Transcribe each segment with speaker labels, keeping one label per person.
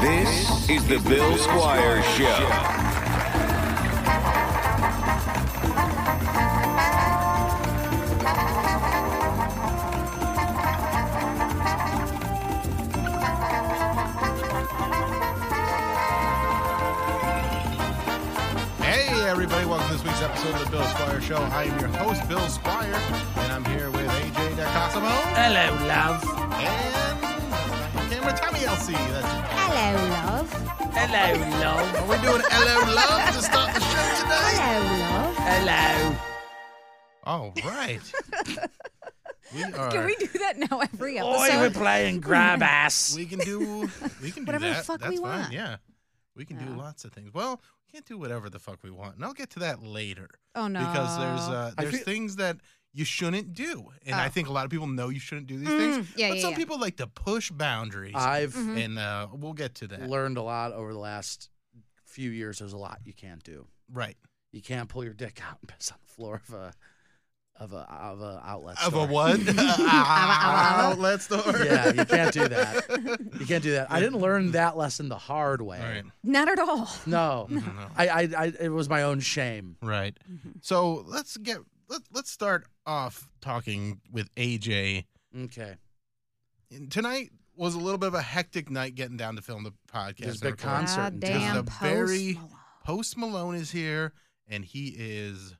Speaker 1: This is the Bill Squire Show.
Speaker 2: Hey, everybody, welcome to this week's episode of the Bill Squire Show. I am your host, Bill Squire, and I'm here with AJ DeCosimo
Speaker 3: Hello, love.
Speaker 2: and Cameron Tommy LC. That's it.
Speaker 4: Hello, love.
Speaker 3: Hello, love.
Speaker 2: We're doing Hello Love to start the show today.
Speaker 4: Hello, love.
Speaker 3: Hello.
Speaker 2: All right. We are.
Speaker 4: Can we do that now every
Speaker 3: Oi, we're
Speaker 4: episode?
Speaker 3: playing grab ass.
Speaker 2: we can do. We can do
Speaker 4: Whatever the
Speaker 2: that.
Speaker 4: fuck
Speaker 2: That's
Speaker 4: we
Speaker 2: fine.
Speaker 4: want.
Speaker 2: Yeah, we can do lots of things. Well, we can't do whatever the fuck we want, and I'll get to that later.
Speaker 4: oh no.
Speaker 2: because there's uh,
Speaker 3: I
Speaker 2: there's
Speaker 3: feel-
Speaker 2: things that you shouldn't do, and I
Speaker 4: Oh.
Speaker 2: think a lot of people know you shouldn't do these
Speaker 4: Mm,
Speaker 2: things.
Speaker 4: yeah,
Speaker 2: but
Speaker 4: yeah, Mm-hmm.
Speaker 2: some
Speaker 4: yeah.
Speaker 2: people like to push boundaries,
Speaker 3: I've
Speaker 2: and uh, we'll get to that.
Speaker 3: learned a lot over the last few years. There's a lot you can't do.
Speaker 2: right?
Speaker 3: You can't pull your dick out and piss on the floor of a of a of a outlet
Speaker 2: Of a
Speaker 3: store.
Speaker 2: what?
Speaker 4: ava, ava.
Speaker 2: Outlet store.
Speaker 3: Yeah, you can't do that. You can't do that. I didn't learn that lesson the hard way.
Speaker 2: All right.
Speaker 4: Not at all.
Speaker 3: No.
Speaker 2: No.
Speaker 3: I, I, I it was my own shame.
Speaker 2: Right.
Speaker 4: Mm-hmm.
Speaker 2: So let's get let let's start off talking with AJ.
Speaker 3: Okay.
Speaker 2: And tonight was a little bit of a hectic night getting down to film the podcast.
Speaker 3: There's a big
Speaker 2: recording.
Speaker 3: concert
Speaker 4: Ah,
Speaker 3: in town.
Speaker 4: damn.
Speaker 2: Just a
Speaker 4: Post
Speaker 2: very-
Speaker 4: Malone.
Speaker 2: Post Malone is here, and he is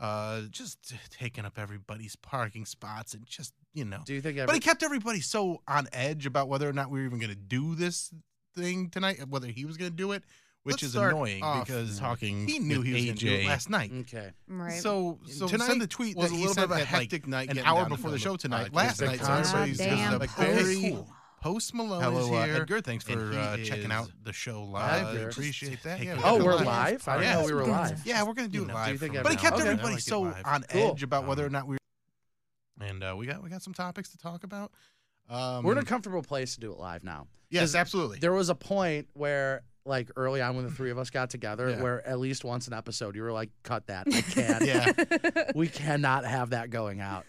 Speaker 2: uh just taking up everybody's parking spots and just you know.
Speaker 3: Do you think
Speaker 2: But
Speaker 3: every,
Speaker 2: he kept everybody so on edge about whether or not we were even going to do this thing tonight, uh, whether he was going to do it, which
Speaker 5: Let's
Speaker 2: is
Speaker 5: start
Speaker 2: annoying
Speaker 5: off
Speaker 2: because
Speaker 5: talking
Speaker 2: he knew
Speaker 5: with
Speaker 2: he was going to do it
Speaker 5: AJ.
Speaker 2: last night.
Speaker 3: Okay.
Speaker 4: Right.
Speaker 2: So, so
Speaker 5: Tonight
Speaker 2: send the tweet
Speaker 5: was
Speaker 2: that
Speaker 5: a
Speaker 2: he
Speaker 5: little bit
Speaker 2: sent
Speaker 5: of a
Speaker 2: at, like,
Speaker 5: hectic night
Speaker 2: an
Speaker 5: getting
Speaker 2: hour
Speaker 5: down to
Speaker 2: before
Speaker 5: film
Speaker 2: the
Speaker 5: the
Speaker 2: show tonight.
Speaker 5: podcast.
Speaker 2: Last
Speaker 5: Big
Speaker 2: night, so
Speaker 3: concert.
Speaker 2: everybody's just
Speaker 4: Goddamn
Speaker 2: like,
Speaker 4: post
Speaker 2: hey,
Speaker 4: Malone.
Speaker 2: Post Malone is
Speaker 5: Hello, uh,
Speaker 2: here.
Speaker 5: Edgar. Thanks
Speaker 2: and
Speaker 5: for
Speaker 2: he
Speaker 5: uh, checking
Speaker 2: is
Speaker 5: out the show
Speaker 2: I
Speaker 5: live.
Speaker 3: Edgar.
Speaker 5: appreciate that.
Speaker 2: Taking
Speaker 5: Yeah,
Speaker 2: a
Speaker 3: Oh,
Speaker 2: look
Speaker 3: we're
Speaker 2: at that.
Speaker 3: live. I didn't
Speaker 2: Yeah.
Speaker 3: know we were
Speaker 4: Yeah.
Speaker 3: live.
Speaker 2: Yeah, we're gonna do
Speaker 5: You
Speaker 2: it
Speaker 5: know, do
Speaker 2: live.
Speaker 5: you think
Speaker 2: from
Speaker 5: I'd
Speaker 2: but he
Speaker 5: know?
Speaker 2: kept
Speaker 3: Okay.
Speaker 2: everybody
Speaker 5: I like it
Speaker 2: so
Speaker 5: live.
Speaker 2: on
Speaker 3: Cool.
Speaker 2: edge about whether or
Speaker 5: Um,
Speaker 2: not we. And uh, we got we got some topics to talk about. Um,
Speaker 3: We're in a comfortable place to do it live now.
Speaker 2: yes, absolutely.
Speaker 3: There was a point where, like early on, when the three of us got together,
Speaker 2: Yeah.
Speaker 3: where at least once an episode, you were like, "Cut that! I can't.
Speaker 2: Yeah.
Speaker 3: We cannot have that going out."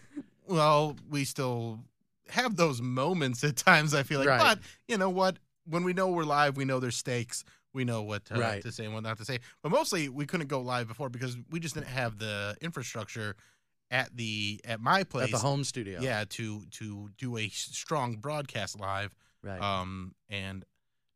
Speaker 2: Well, we still have those moments at times. I feel like,
Speaker 3: Right.
Speaker 2: but you know what? When we know we're live, we know there's stakes. We know what uh,
Speaker 3: Right.
Speaker 2: to say and what not to say. But mostly, we couldn't go live before because we just didn't have the infrastructure at the at my place.
Speaker 3: At the home studio.
Speaker 2: Yeah, to to do a s- strong broadcast live.
Speaker 3: Right.
Speaker 2: um, and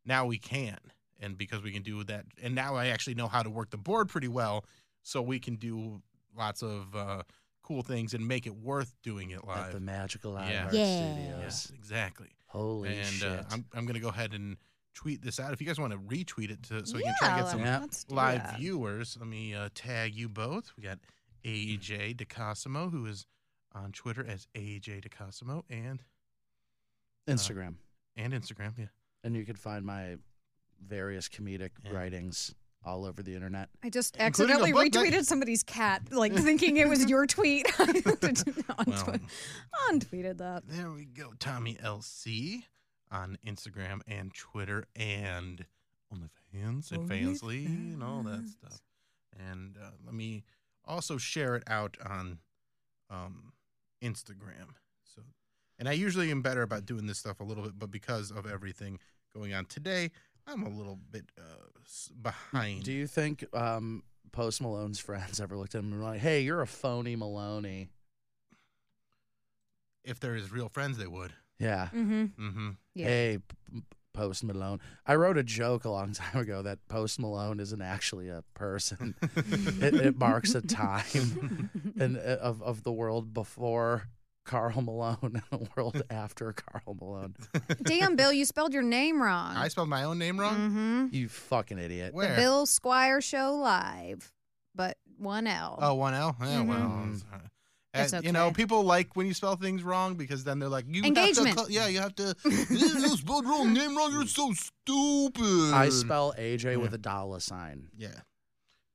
Speaker 2: now we can and because we can do that and now i actually know how to work the board pretty well so we can do lots of uh, cool things and make it worth doing it
Speaker 3: At the
Speaker 2: live
Speaker 3: magical live
Speaker 2: Yeah.
Speaker 3: Art
Speaker 4: Yeah.
Speaker 3: studios.
Speaker 2: yes exactly
Speaker 3: Holy
Speaker 2: and
Speaker 3: shit!
Speaker 2: uh, I'm, I'm gonna go ahead and tweet this out if you guys want to retweet it to, so we can try to get some
Speaker 3: Yeah.
Speaker 4: let's do
Speaker 2: live
Speaker 4: that.
Speaker 2: viewers let me uh, tag you both we got aj decosimo who is on twitter as aj decosimo and uh,
Speaker 3: Instagram,
Speaker 2: and instagram yeah
Speaker 3: and you can find my various comedic
Speaker 2: Yeah.
Speaker 3: writings all over the internet.
Speaker 4: I just
Speaker 2: Including a
Speaker 4: accidentally
Speaker 2: book that-
Speaker 4: retweeted somebody's cat, like thinking it was your tweet. I
Speaker 2: well,
Speaker 4: untweeted that.
Speaker 2: There we go. Tommy LC on Instagram and Twitter and OnlyFans and Fansly and all that stuff. And uh, let me also share it out on um, Instagram. So, and I usually am better about doing this stuff a little bit, but because of everything going on today, I'm a little bit uh, s- behind.
Speaker 3: Do you think um, Post Malone's friends ever looked at him and were like, "Hey, you're a phony Maloney"?
Speaker 2: if there is real friends, they would.
Speaker 3: Yeah.
Speaker 4: Mm-hmm.
Speaker 2: Mm-hmm.
Speaker 4: Yeah.
Speaker 3: Hey, P- P- Post Malone. I wrote a joke a long time ago that Post Malone isn't actually a person. it, it marks a time in, uh, of, of the world before Carl Malone and the world after Carl Malone.
Speaker 4: Damn, Bill, you spelled your name wrong.
Speaker 2: I spelled my own name wrong.
Speaker 4: Mm-hmm.
Speaker 3: Mm, You fucking idiot.
Speaker 2: Where?
Speaker 4: Bill Squire Show Live, but One L.
Speaker 2: Oh, one L. Yeah, well,
Speaker 3: Mhm.
Speaker 2: it's all right.
Speaker 4: Mm-hmm. That's
Speaker 2: And, You know,
Speaker 4: okay.
Speaker 2: people like when you spell things wrong because then they're like, you
Speaker 4: Engagement.
Speaker 2: Have to, call- yeah, you have to. you spelled wrong name wrong. You're so stupid.
Speaker 3: I spell AJ with
Speaker 2: Yeah.
Speaker 3: a dollar sign.
Speaker 2: Yeah.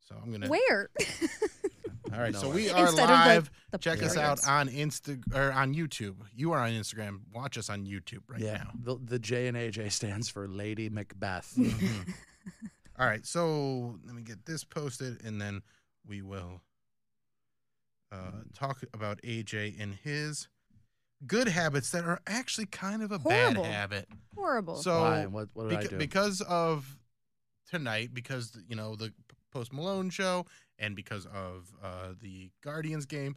Speaker 2: So I'm gonna.
Speaker 4: Where?
Speaker 2: All right.
Speaker 3: No
Speaker 2: so
Speaker 3: way.
Speaker 2: we are
Speaker 4: Instead of, like,
Speaker 2: live.
Speaker 4: the
Speaker 2: Check us out
Speaker 4: periods.
Speaker 2: on Insta or on YouTube. You are on Instagram. Watch us on YouTube right
Speaker 3: yeah.
Speaker 2: now.
Speaker 3: The, the J and AJ stands for Lady Macbeth.
Speaker 2: Mm-hmm. All right, so let me get this posted, and then we will uh,
Speaker 3: Mm.
Speaker 2: talk about AJ and his good habits that are actually kind of a
Speaker 4: Horrible.
Speaker 2: bad habit.
Speaker 4: Horrible.
Speaker 2: So
Speaker 3: Why? What, what did
Speaker 2: Beca-
Speaker 3: I do?
Speaker 2: because of tonight, because you know the Post Malone show, and because of uh, the Guardians game,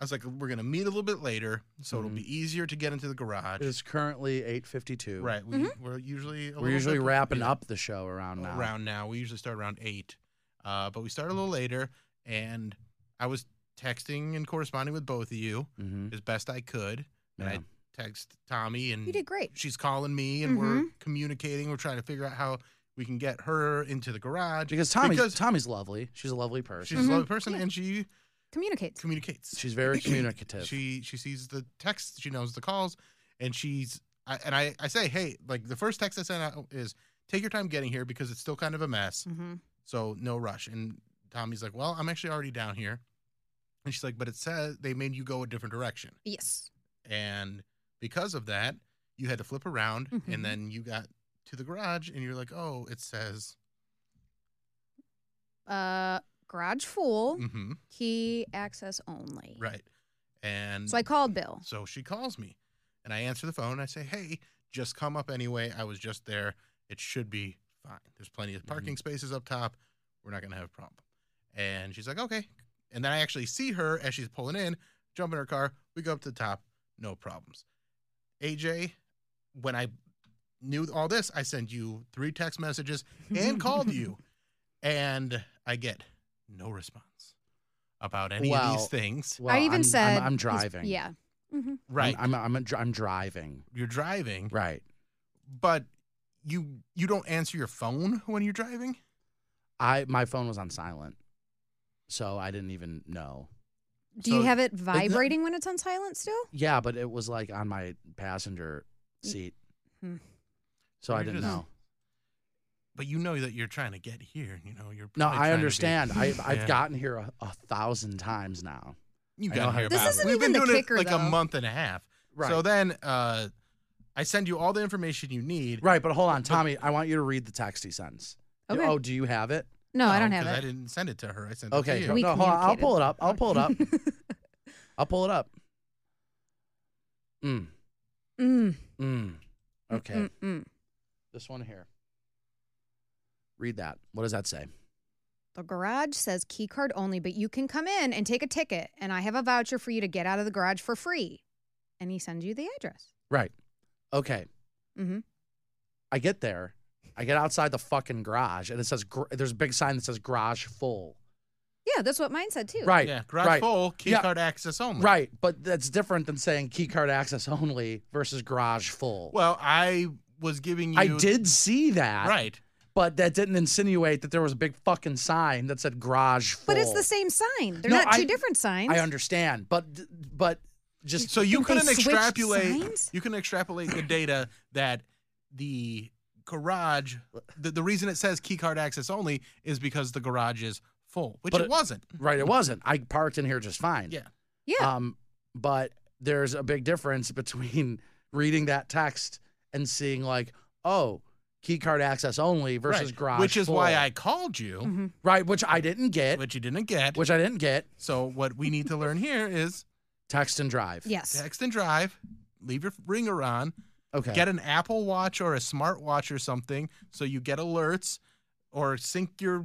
Speaker 2: I was like, we're gonna meet a little bit later, so it'll
Speaker 3: Mhm.
Speaker 2: be easier to get into the garage.
Speaker 3: it is currently 8.52.
Speaker 2: right? We, We're usually a
Speaker 3: We're
Speaker 2: little
Speaker 3: usually
Speaker 2: bit-
Speaker 3: wrapping
Speaker 2: yeah,
Speaker 3: up the show around now.
Speaker 2: around now. We usually start around eight, uh, but we start a little later, and I was texting and corresponding with both of you
Speaker 3: Mm-hmm.
Speaker 2: as best I could, and
Speaker 3: Yeah.
Speaker 2: I text Tommy and
Speaker 4: you did Mm-hmm. great.
Speaker 2: she's calling me and we're communicating. We're trying to figure out how we can get her into the garage.
Speaker 3: Because Tommy's,
Speaker 2: because-
Speaker 3: Tommy's lovely. She's a lovely person.
Speaker 2: She's a
Speaker 4: Mm-hmm.
Speaker 2: lovely person and she
Speaker 4: Communicates.
Speaker 2: communicates.
Speaker 3: She's very communicative.
Speaker 2: She she sees the texts, she knows the calls, and she's I, and I I say, hey, like the first text I sent out is take your time getting here because it's still kind of a mess,
Speaker 4: Mm-hmm.
Speaker 2: so no rush. And Tommy's like, well, I'm actually already down here, and she's like, but it says they made you go a different direction.
Speaker 4: Yes.
Speaker 2: and because of that you had to flip around
Speaker 4: Mhm.
Speaker 2: and then you got to the garage and you're like oh it says
Speaker 4: Uh, garage full.
Speaker 2: hmm
Speaker 4: Key access only.
Speaker 2: right and
Speaker 4: So I called Bill.
Speaker 2: so she calls me and i answer the phone and i say hey just come up anyway i was just there it should be fine there's plenty of parking spaces up top we're not going to have a problem and she's like okay and then i actually see her as she's pulling in jump in her car we go up to the top no problems aj when i knew all this i sent you three text messages and called you and i get no response about any of
Speaker 3: Wow.
Speaker 2: these things
Speaker 3: Well,
Speaker 4: I even
Speaker 3: I'm- I'm-
Speaker 4: said
Speaker 3: I'm,
Speaker 4: he's-
Speaker 3: driving.
Speaker 4: Yeah. Mm-hmm.
Speaker 2: right
Speaker 3: I'm, I'm, I'm, dri- I'm driving.
Speaker 2: you're driving
Speaker 3: Right.
Speaker 2: but you you don't answer your phone when you're driving
Speaker 3: I my phone was on silent, so I didn't even know.
Speaker 4: Do
Speaker 2: So-
Speaker 4: you have it vibrating when it's on silent still?
Speaker 3: Yeah, but it was like on my passenger seat,
Speaker 4: Hmm.
Speaker 3: so I
Speaker 2: You're
Speaker 3: didn't
Speaker 2: just-
Speaker 3: know.
Speaker 2: but you know that you're trying to get here you know you're
Speaker 3: No,
Speaker 2: probably trying
Speaker 3: I
Speaker 2: to be-
Speaker 3: understand. I I've
Speaker 2: Yeah.
Speaker 3: gotten here a, a thousand times now.
Speaker 2: you
Speaker 3: I
Speaker 2: got
Speaker 3: know
Speaker 2: here
Speaker 3: how-
Speaker 4: This
Speaker 2: about-
Speaker 4: isn't
Speaker 2: we've
Speaker 4: even
Speaker 2: been
Speaker 4: the
Speaker 2: doing
Speaker 4: kicker,
Speaker 2: it like
Speaker 4: though.
Speaker 2: a month and a half
Speaker 3: Right.
Speaker 2: so then uh i send you all the information you need
Speaker 3: Right, but hold on, Tommy. I want you to read the text he sends. You-
Speaker 4: Okay.
Speaker 3: Oh, do you have it?
Speaker 4: No, I don't
Speaker 2: No,
Speaker 4: have
Speaker 2: Um, 'cause
Speaker 4: it.
Speaker 2: i didn't send it to her i sent it
Speaker 3: Okay,
Speaker 2: to
Speaker 3: go-
Speaker 2: you
Speaker 4: We
Speaker 3: no, hold on. I'll
Speaker 4: communicated.
Speaker 3: pull it up. I'll pull it up. I'll pull it up. Mm,
Speaker 4: Mm.
Speaker 3: mm. Okay,
Speaker 4: Mm, mm.
Speaker 3: this one here. Read that. What does that say?
Speaker 4: The garage says key card only, but you can come in and take a ticket, and I have a voucher for you to get out of the garage for free. And he sends you the address.
Speaker 3: Right. Okay.
Speaker 4: Mm-hmm.
Speaker 3: I get there. I get outside the fucking garage, and it says gr- there's a big sign that says garage full.
Speaker 4: Yeah, that's what mine said too.
Speaker 3: Right.
Speaker 2: yeah garage
Speaker 3: right,
Speaker 2: full key
Speaker 3: Yeah.
Speaker 2: card access only
Speaker 3: Right, but that's different than saying key card access only versus garage full.
Speaker 2: well i was giving you
Speaker 3: I did see that,
Speaker 2: right
Speaker 3: But that didn't insinuate that there was a big fucking sign that said garage full.
Speaker 4: But it's the same sign. They're
Speaker 3: No,
Speaker 4: not two
Speaker 3: I-
Speaker 4: different signs.
Speaker 3: I understand, but d- but just
Speaker 2: so you
Speaker 4: think they
Speaker 2: couldn't
Speaker 4: switched
Speaker 2: extrapolate
Speaker 4: signs?
Speaker 2: you can extrapolate the data that the garage the, the reason it says key card access only is because the garage is full which
Speaker 3: But
Speaker 2: it,
Speaker 3: it-
Speaker 2: wasn't
Speaker 3: right, it wasn't. I parked in here just fine.
Speaker 2: yeah
Speaker 4: Yeah.
Speaker 3: Um, but there's a big difference between reading that text and seeing like, oh, key card access only versus
Speaker 2: right.
Speaker 3: garage,
Speaker 2: which is why
Speaker 3: full.
Speaker 2: i called you
Speaker 4: Mm-hmm.
Speaker 3: right, which I didn't get, which,
Speaker 2: which you didn't get
Speaker 3: I didn't get.
Speaker 2: so what we need to learn here is
Speaker 3: Text and drive.
Speaker 4: yes.
Speaker 2: text and drive leave your ringer on
Speaker 3: Okay.
Speaker 2: get an apple watch or a smartwatch or something so you get alerts or sync your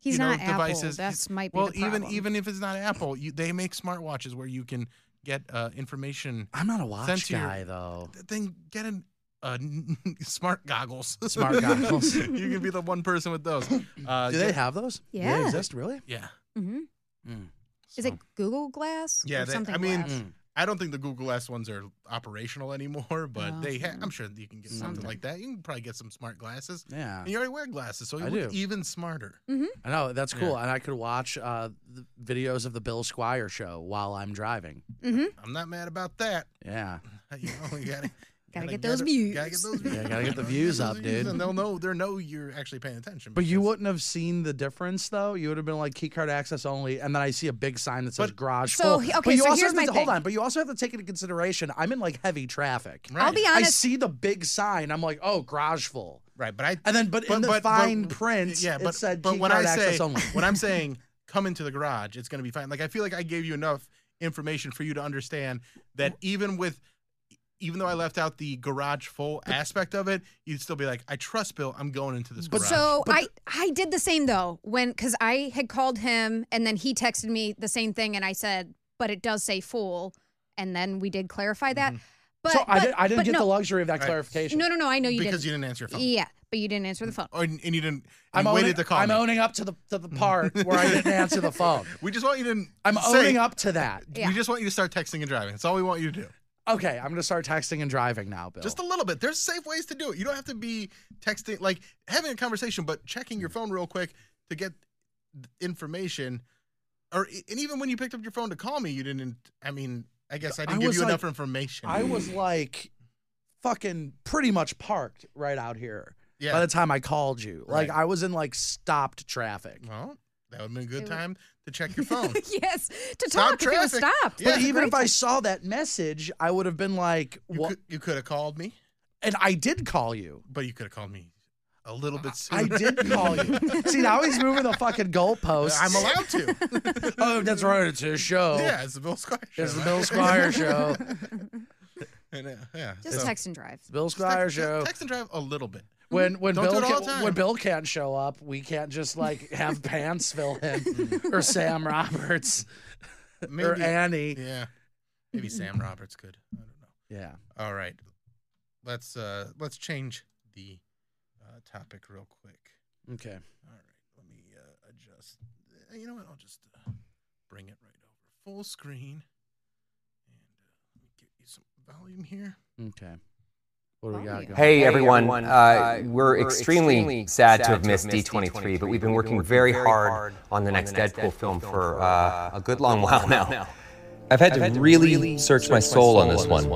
Speaker 4: He's
Speaker 2: you know,
Speaker 4: not Apple.
Speaker 2: devices.
Speaker 4: That's might be
Speaker 2: well,
Speaker 4: the problem.
Speaker 2: even even if it's not Apple, you, they make smartwatches where you can get uh, information.
Speaker 3: I'm not a watch
Speaker 2: Sent to your-
Speaker 3: guy though.
Speaker 2: Then get an uh, smart goggles.
Speaker 3: Smart goggles.
Speaker 2: you can be the one person with those. Uh,
Speaker 3: Do they
Speaker 2: get-
Speaker 3: have those? Do
Speaker 4: Yeah.
Speaker 3: They exist really?
Speaker 2: Yeah.
Speaker 4: hmm
Speaker 3: Mm.
Speaker 4: Is it Google Glass?
Speaker 2: Yeah,
Speaker 4: Or
Speaker 2: they-
Speaker 4: something
Speaker 2: I mean,
Speaker 4: glass?
Speaker 3: Mm.
Speaker 2: I don't think the Google S ones are operational anymore, but
Speaker 5: Oh,
Speaker 2: they. Ha-
Speaker 5: yeah.
Speaker 2: I'm sure that you can get something like that. You can probably get some smart glasses.
Speaker 3: Yeah.
Speaker 2: And you already wear glasses, so you
Speaker 3: I
Speaker 2: look
Speaker 3: do.
Speaker 2: even smarter.
Speaker 3: I know that's
Speaker 2: Yeah.
Speaker 3: cool, and I could watch uh, the videos of the Bill Squire show while I'm driving.
Speaker 2: I'm not mad about that.
Speaker 3: Yeah,
Speaker 2: You know, you gotta,
Speaker 4: Gotta get those
Speaker 2: it- Gotta get
Speaker 4: views.
Speaker 2: those views.
Speaker 3: Yeah, gotta get the views up, dude.
Speaker 2: And they'll know. They'll know you're actually paying attention.
Speaker 3: but you
Speaker 2: because-
Speaker 3: wouldn't have seen the difference though. You would have been like key card access only, and then I see a big sign that says
Speaker 2: But-
Speaker 3: garage
Speaker 4: So,
Speaker 3: full.
Speaker 4: he-
Speaker 3: But
Speaker 4: okay,
Speaker 3: you
Speaker 4: so
Speaker 3: also
Speaker 4: here's
Speaker 3: have
Speaker 4: my
Speaker 3: to, hold
Speaker 4: thing.
Speaker 3: on. But you also have to take into consideration. I'm in like heavy traffic.
Speaker 2: Right.
Speaker 4: I'll be
Speaker 3: I
Speaker 4: honest.
Speaker 3: see the big sign. I'm like, oh, garage full.
Speaker 2: Right, but I
Speaker 3: And then- but in the fine print,
Speaker 2: yeah,
Speaker 3: it
Speaker 2: but,
Speaker 3: said
Speaker 2: but
Speaker 3: key
Speaker 2: when
Speaker 3: card
Speaker 2: I
Speaker 3: access
Speaker 2: say,
Speaker 3: only.
Speaker 2: when I'm saying come into the garage, it's going to be fine. Like I feel like I gave you enough information for you to understand that even with, even though I left out the garage full aspect of it, you'd still be like, I trust Bill. I'm going into this
Speaker 3: But
Speaker 2: garage.
Speaker 4: So I I did the same though when because I had called him and then he texted me the same thing and I said but it does say fool and then we did clarify that.
Speaker 2: Mm-hmm.
Speaker 4: But,
Speaker 3: so I,
Speaker 4: but-
Speaker 3: did, I didn't
Speaker 4: but
Speaker 3: get
Speaker 4: no,
Speaker 3: the luxury of that
Speaker 2: Right.
Speaker 3: clarification.
Speaker 4: No, no, no. I know you
Speaker 2: because
Speaker 4: didn't.
Speaker 2: you didn't answer your phone, Oh.
Speaker 4: yeah, but you didn't answer the phone.
Speaker 2: or, and you didn't. You
Speaker 3: I'm
Speaker 2: waited
Speaker 3: owning,
Speaker 2: to call
Speaker 3: I'm
Speaker 2: me.
Speaker 3: owning up to the to the part where I didn't answer the phone.
Speaker 2: we just want you to.
Speaker 3: I'm
Speaker 2: say,
Speaker 3: owning up to that.
Speaker 4: Yeah.
Speaker 2: We just want you to start texting and driving. That's all we want you to do.
Speaker 3: Okay, I'm gonna start texting and driving now, Bill.
Speaker 2: Just a little bit. There's safe ways to do it. You don't have to be texting, like having a conversation, but checking your phone real quick to get th- information. Or e, and even when you picked up your phone to call me, you didn't. I mean, I guess I didn't give
Speaker 3: was
Speaker 2: you
Speaker 3: like-
Speaker 2: enough information.
Speaker 3: I was like fucking pretty much parked right out here
Speaker 2: yeah.
Speaker 3: by the time I called you. Like
Speaker 2: Right.
Speaker 3: I was in like stopped traffic.
Speaker 2: well, that would have been a
Speaker 4: It
Speaker 2: good
Speaker 4: was-
Speaker 2: time to check your phone.
Speaker 4: yes, to
Speaker 2: Stop
Speaker 4: talk if it was
Speaker 2: traffic.
Speaker 4: stopped.
Speaker 2: Yeah.
Speaker 3: But even if I saw that message, I would have been like,
Speaker 2: You
Speaker 3: "What?"
Speaker 2: could, you could have called me,
Speaker 3: and I did call you.
Speaker 2: but you could have called me a little bit
Speaker 3: I
Speaker 2: sooner.
Speaker 3: did call you. See, now he's moving the fucking goalposts.
Speaker 2: I'm allowed to.
Speaker 3: oh, that's right. It's his show.
Speaker 2: yeah, it's the Bill Squire.
Speaker 3: Oh. It's
Speaker 2: show,
Speaker 3: the
Speaker 2: right?
Speaker 3: Bill Squire show. It's
Speaker 2: And, uh, yeah.
Speaker 4: just
Speaker 2: so-
Speaker 4: text and drive.
Speaker 3: the Bill
Speaker 2: just text-
Speaker 3: Squire
Speaker 2: just
Speaker 3: show.
Speaker 2: Text and drive a little bit.
Speaker 3: When when
Speaker 2: Don't do
Speaker 3: Bill
Speaker 2: it all
Speaker 3: ca-
Speaker 2: the time.
Speaker 3: when Bill can't show up, we can't just like have pants fill in or Sam Roberts or
Speaker 2: Mm. Maybe-
Speaker 3: Annie.
Speaker 2: Yeah. Maybe Sam Roberts could. I don't know.
Speaker 3: Yeah.
Speaker 2: All right. Let's uh let's change the uh, topic real quick.
Speaker 3: Okay.
Speaker 2: All right. Let me uh, adjust. uh, You know what? I'll just uh, bring it right over full screen. And uh, let me get you some volume here.
Speaker 3: Okay. What do we got
Speaker 4: Volume.
Speaker 3: going?
Speaker 6: Hey,
Speaker 7: Hey,
Speaker 6: everyone.
Speaker 7: everyone.
Speaker 6: Uh,
Speaker 7: Uh,
Speaker 6: we're,
Speaker 7: we're
Speaker 6: extremely,
Speaker 7: extremely
Speaker 6: sad to have missed D23, but we've been working very hard on the next Deadpool, film for uh, a good long while now.
Speaker 8: I've had, to,
Speaker 7: had to
Speaker 8: really,
Speaker 7: really
Speaker 8: search my soul on this one.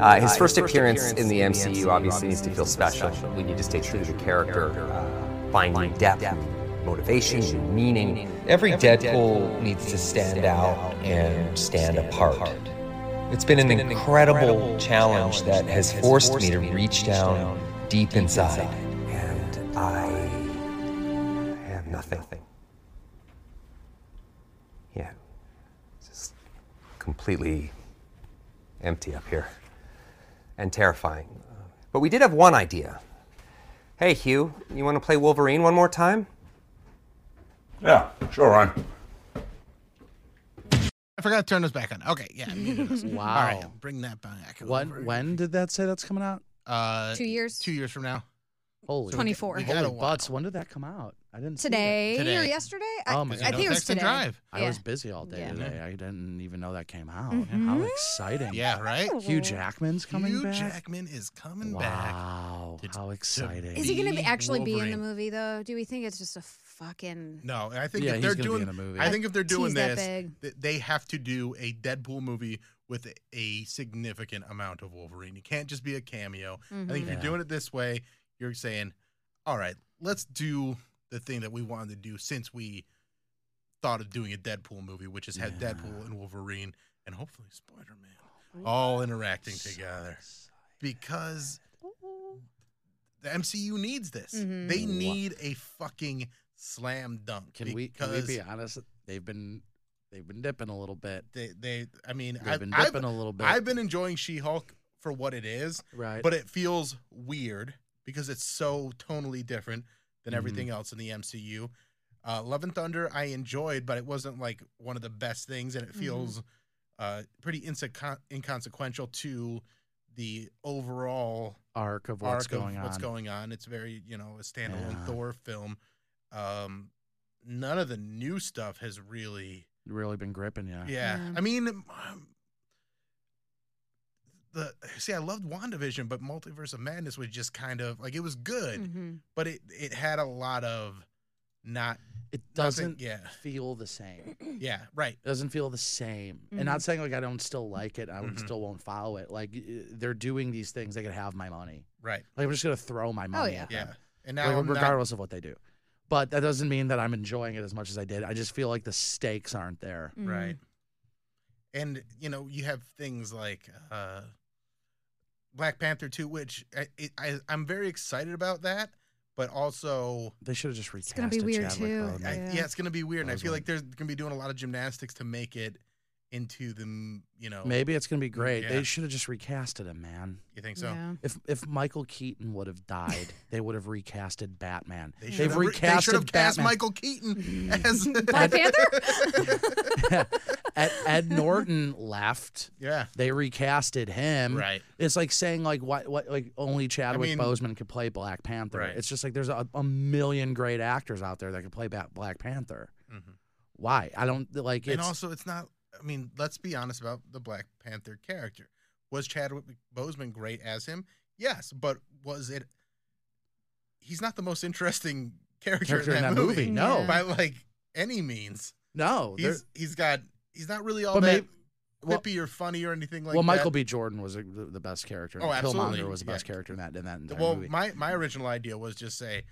Speaker 6: Uh, his first appearance in the MCU obviously needs to feel special. We need to stay true to the character, uh, find new depth, motivation, new meaning.
Speaker 8: Every Deadpool needs to stand out and stand apart. It's been an incredible challenge that has forced me to reach down deep inside.
Speaker 6: And I have nothing. Yeah. Just completely empty up here and terrifying. But we did have one idea. Hey, Hugh, you want to play Wolverine one more time?
Speaker 1: Yeah, sure, Ryan.
Speaker 2: I forgot to turn this back on. Okay, yeah. I muted us.
Speaker 3: Wow.
Speaker 2: All right, bring that back. over.
Speaker 3: When when did that say that's coming out?
Speaker 2: Uh,
Speaker 4: Two years?
Speaker 2: Two years from now.
Speaker 3: Holy
Speaker 4: 24. We
Speaker 2: got a
Speaker 3: Holy
Speaker 2: while.
Speaker 3: butts. When did that come out? I didn't see that.
Speaker 4: Today, or
Speaker 2: Today.
Speaker 4: yesterday? I,
Speaker 3: Oh my
Speaker 4: I
Speaker 3: God.
Speaker 4: think it was
Speaker 2: Text and
Speaker 4: today.
Speaker 2: drive.
Speaker 3: I
Speaker 4: Yeah. Mm-hmm.
Speaker 3: was busy all day
Speaker 4: Yeah.
Speaker 3: today. I didn't even know that came out. How exciting.
Speaker 2: Yeah, right?
Speaker 3: Hugh Jackman's coming
Speaker 2: Hugh
Speaker 3: back.
Speaker 2: Jackman is coming back.
Speaker 3: wow.
Speaker 2: to-
Speaker 3: How
Speaker 2: to
Speaker 3: exciting.
Speaker 4: Is he going to
Speaker 2: Be
Speaker 4: actually be in the
Speaker 2: Wolverine.
Speaker 4: movie though? Do we think it's just a fucking?
Speaker 2: No, I think
Speaker 3: Yeah,
Speaker 2: if
Speaker 3: he's
Speaker 2: they're
Speaker 3: gonna be
Speaker 2: doing
Speaker 3: in a movie.
Speaker 2: I think if they're
Speaker 4: Tease
Speaker 2: doing
Speaker 4: that
Speaker 2: this,
Speaker 4: big.
Speaker 2: th- they have to do a Deadpool movie with a, a significant amount of Wolverine. It can't just be a cameo. I
Speaker 4: Mm-hmm.
Speaker 2: think if
Speaker 3: Mhm.
Speaker 2: you're
Speaker 3: Yeah.
Speaker 2: doing it this way, you're saying, "All right, let's do the thing that we wanted to do since we thought of doing a Deadpool movie, which is have
Speaker 3: Yeah.
Speaker 2: Deadpool and Wolverine and hopefully Spider-Man all interacting together." because the MCU needs this.
Speaker 4: Mhm.
Speaker 2: They
Speaker 3: Wha-
Speaker 2: need a fucking slam dunk.
Speaker 3: Can we can we
Speaker 2: because
Speaker 3: be honest? They've been they've been dipping a little bit.
Speaker 2: They, they, I mean,
Speaker 3: They've
Speaker 2: I've
Speaker 3: been
Speaker 2: I've,
Speaker 3: dipping a little bit.
Speaker 2: I've been enjoying She-Hulk for what it is,
Speaker 3: right.
Speaker 2: but it feels weird because it's so tonally different than
Speaker 3: Mhm.
Speaker 2: everything else in the MCU. Uh, Love and Thunder, I enjoyed, but it wasn't like one of the best things, and it
Speaker 4: Mhm.
Speaker 2: feels uh, pretty inseco- inconsequential to the overall
Speaker 3: arc of
Speaker 2: arc
Speaker 3: what's going
Speaker 2: of
Speaker 3: on.
Speaker 2: what's going on. It's very, you know, a standalone
Speaker 3: Yeah.
Speaker 2: Thor film. Um, none of the new stuff has really,
Speaker 3: Really been gripping you.
Speaker 2: yeah.
Speaker 4: Yeah.
Speaker 2: I mean, um, the see, I loved WandaVision, but Multiverse of Madness was just kind of like it was good,
Speaker 4: Mhm.
Speaker 2: but it it had a lot of not
Speaker 3: It
Speaker 2: Nothing-
Speaker 3: doesn't
Speaker 2: yeah.
Speaker 3: feel the same.
Speaker 2: yeah, right.
Speaker 3: It doesn't feel the same.
Speaker 2: Mm-hmm.
Speaker 3: And not saying like I don't still like it, I would
Speaker 2: Mhm.
Speaker 3: still won't follow it. Like uh, they're doing these things, they could have my money.
Speaker 2: Right.
Speaker 3: Like I'm just gonna throw my money
Speaker 4: yeah.
Speaker 3: at them.
Speaker 2: Oh, Yeah. And now
Speaker 3: Like,
Speaker 2: I'm not-
Speaker 3: regardless of what they do. But that doesn't mean that I'm enjoying it as much as I did. I just feel like the stakes aren't there.
Speaker 4: Mhm.
Speaker 2: right
Speaker 3: Mm.
Speaker 2: and you know you have things like uh black panther 2 which I, it, I i'm very excited about that but also
Speaker 3: They should have just recast
Speaker 4: It's gonna be
Speaker 3: it,
Speaker 4: weird,
Speaker 3: Chadwick
Speaker 4: too.
Speaker 3: Boseman.
Speaker 2: I, yeah.
Speaker 4: Yeah.
Speaker 2: it's gonna be weird and i
Speaker 3: Those
Speaker 2: feel like
Speaker 3: ones.
Speaker 2: there's gonna be doing a lot of gymnastics to make it into the m- you know Mm,
Speaker 3: Maybe it's gonna be great.
Speaker 2: Yeah.
Speaker 3: They should have just recasted him, man.
Speaker 2: you think so
Speaker 4: Yeah.
Speaker 3: If if Michael Keaton would have died, they would have recasted Batman.
Speaker 2: They
Speaker 3: They've
Speaker 2: should have re- they
Speaker 3: recasted
Speaker 2: should have cast
Speaker 3: Batman.
Speaker 2: Michael Keaton as
Speaker 4: Black Panther?
Speaker 3: Ed, Ed Norton left.
Speaker 2: yeah,
Speaker 3: They recasted him.
Speaker 2: Right.
Speaker 3: It's like saying like what what like only Chadwick
Speaker 2: mean-
Speaker 3: Boseman could play Black Panther.
Speaker 2: Right.
Speaker 3: It's just like there's a, a million great actors out there that could play Ba- Black Panther.
Speaker 2: Mhm.
Speaker 3: Why? I don't like
Speaker 2: and
Speaker 3: it's
Speaker 2: also it's not. I mean, let's be honest about the Black Panther character. Was Chadwick Boseman great as him? Yes, but was it? He's not the most interesting character,
Speaker 3: Character
Speaker 2: in, that movie.
Speaker 3: No.
Speaker 4: Yeah.
Speaker 2: by like any means.
Speaker 3: no. they're-
Speaker 2: He's he's got he's not really all
Speaker 3: But
Speaker 2: that
Speaker 3: maybe- well-
Speaker 2: whippy or funny or anything like
Speaker 3: well,
Speaker 2: that.
Speaker 3: Michael B. Jordan was a, the, the best character.
Speaker 2: Oh, absolutely.
Speaker 3: Killmonger was the best
Speaker 2: Yeah.
Speaker 3: character in that in that entire
Speaker 2: Well,
Speaker 3: movie.
Speaker 2: my my original idea was just say,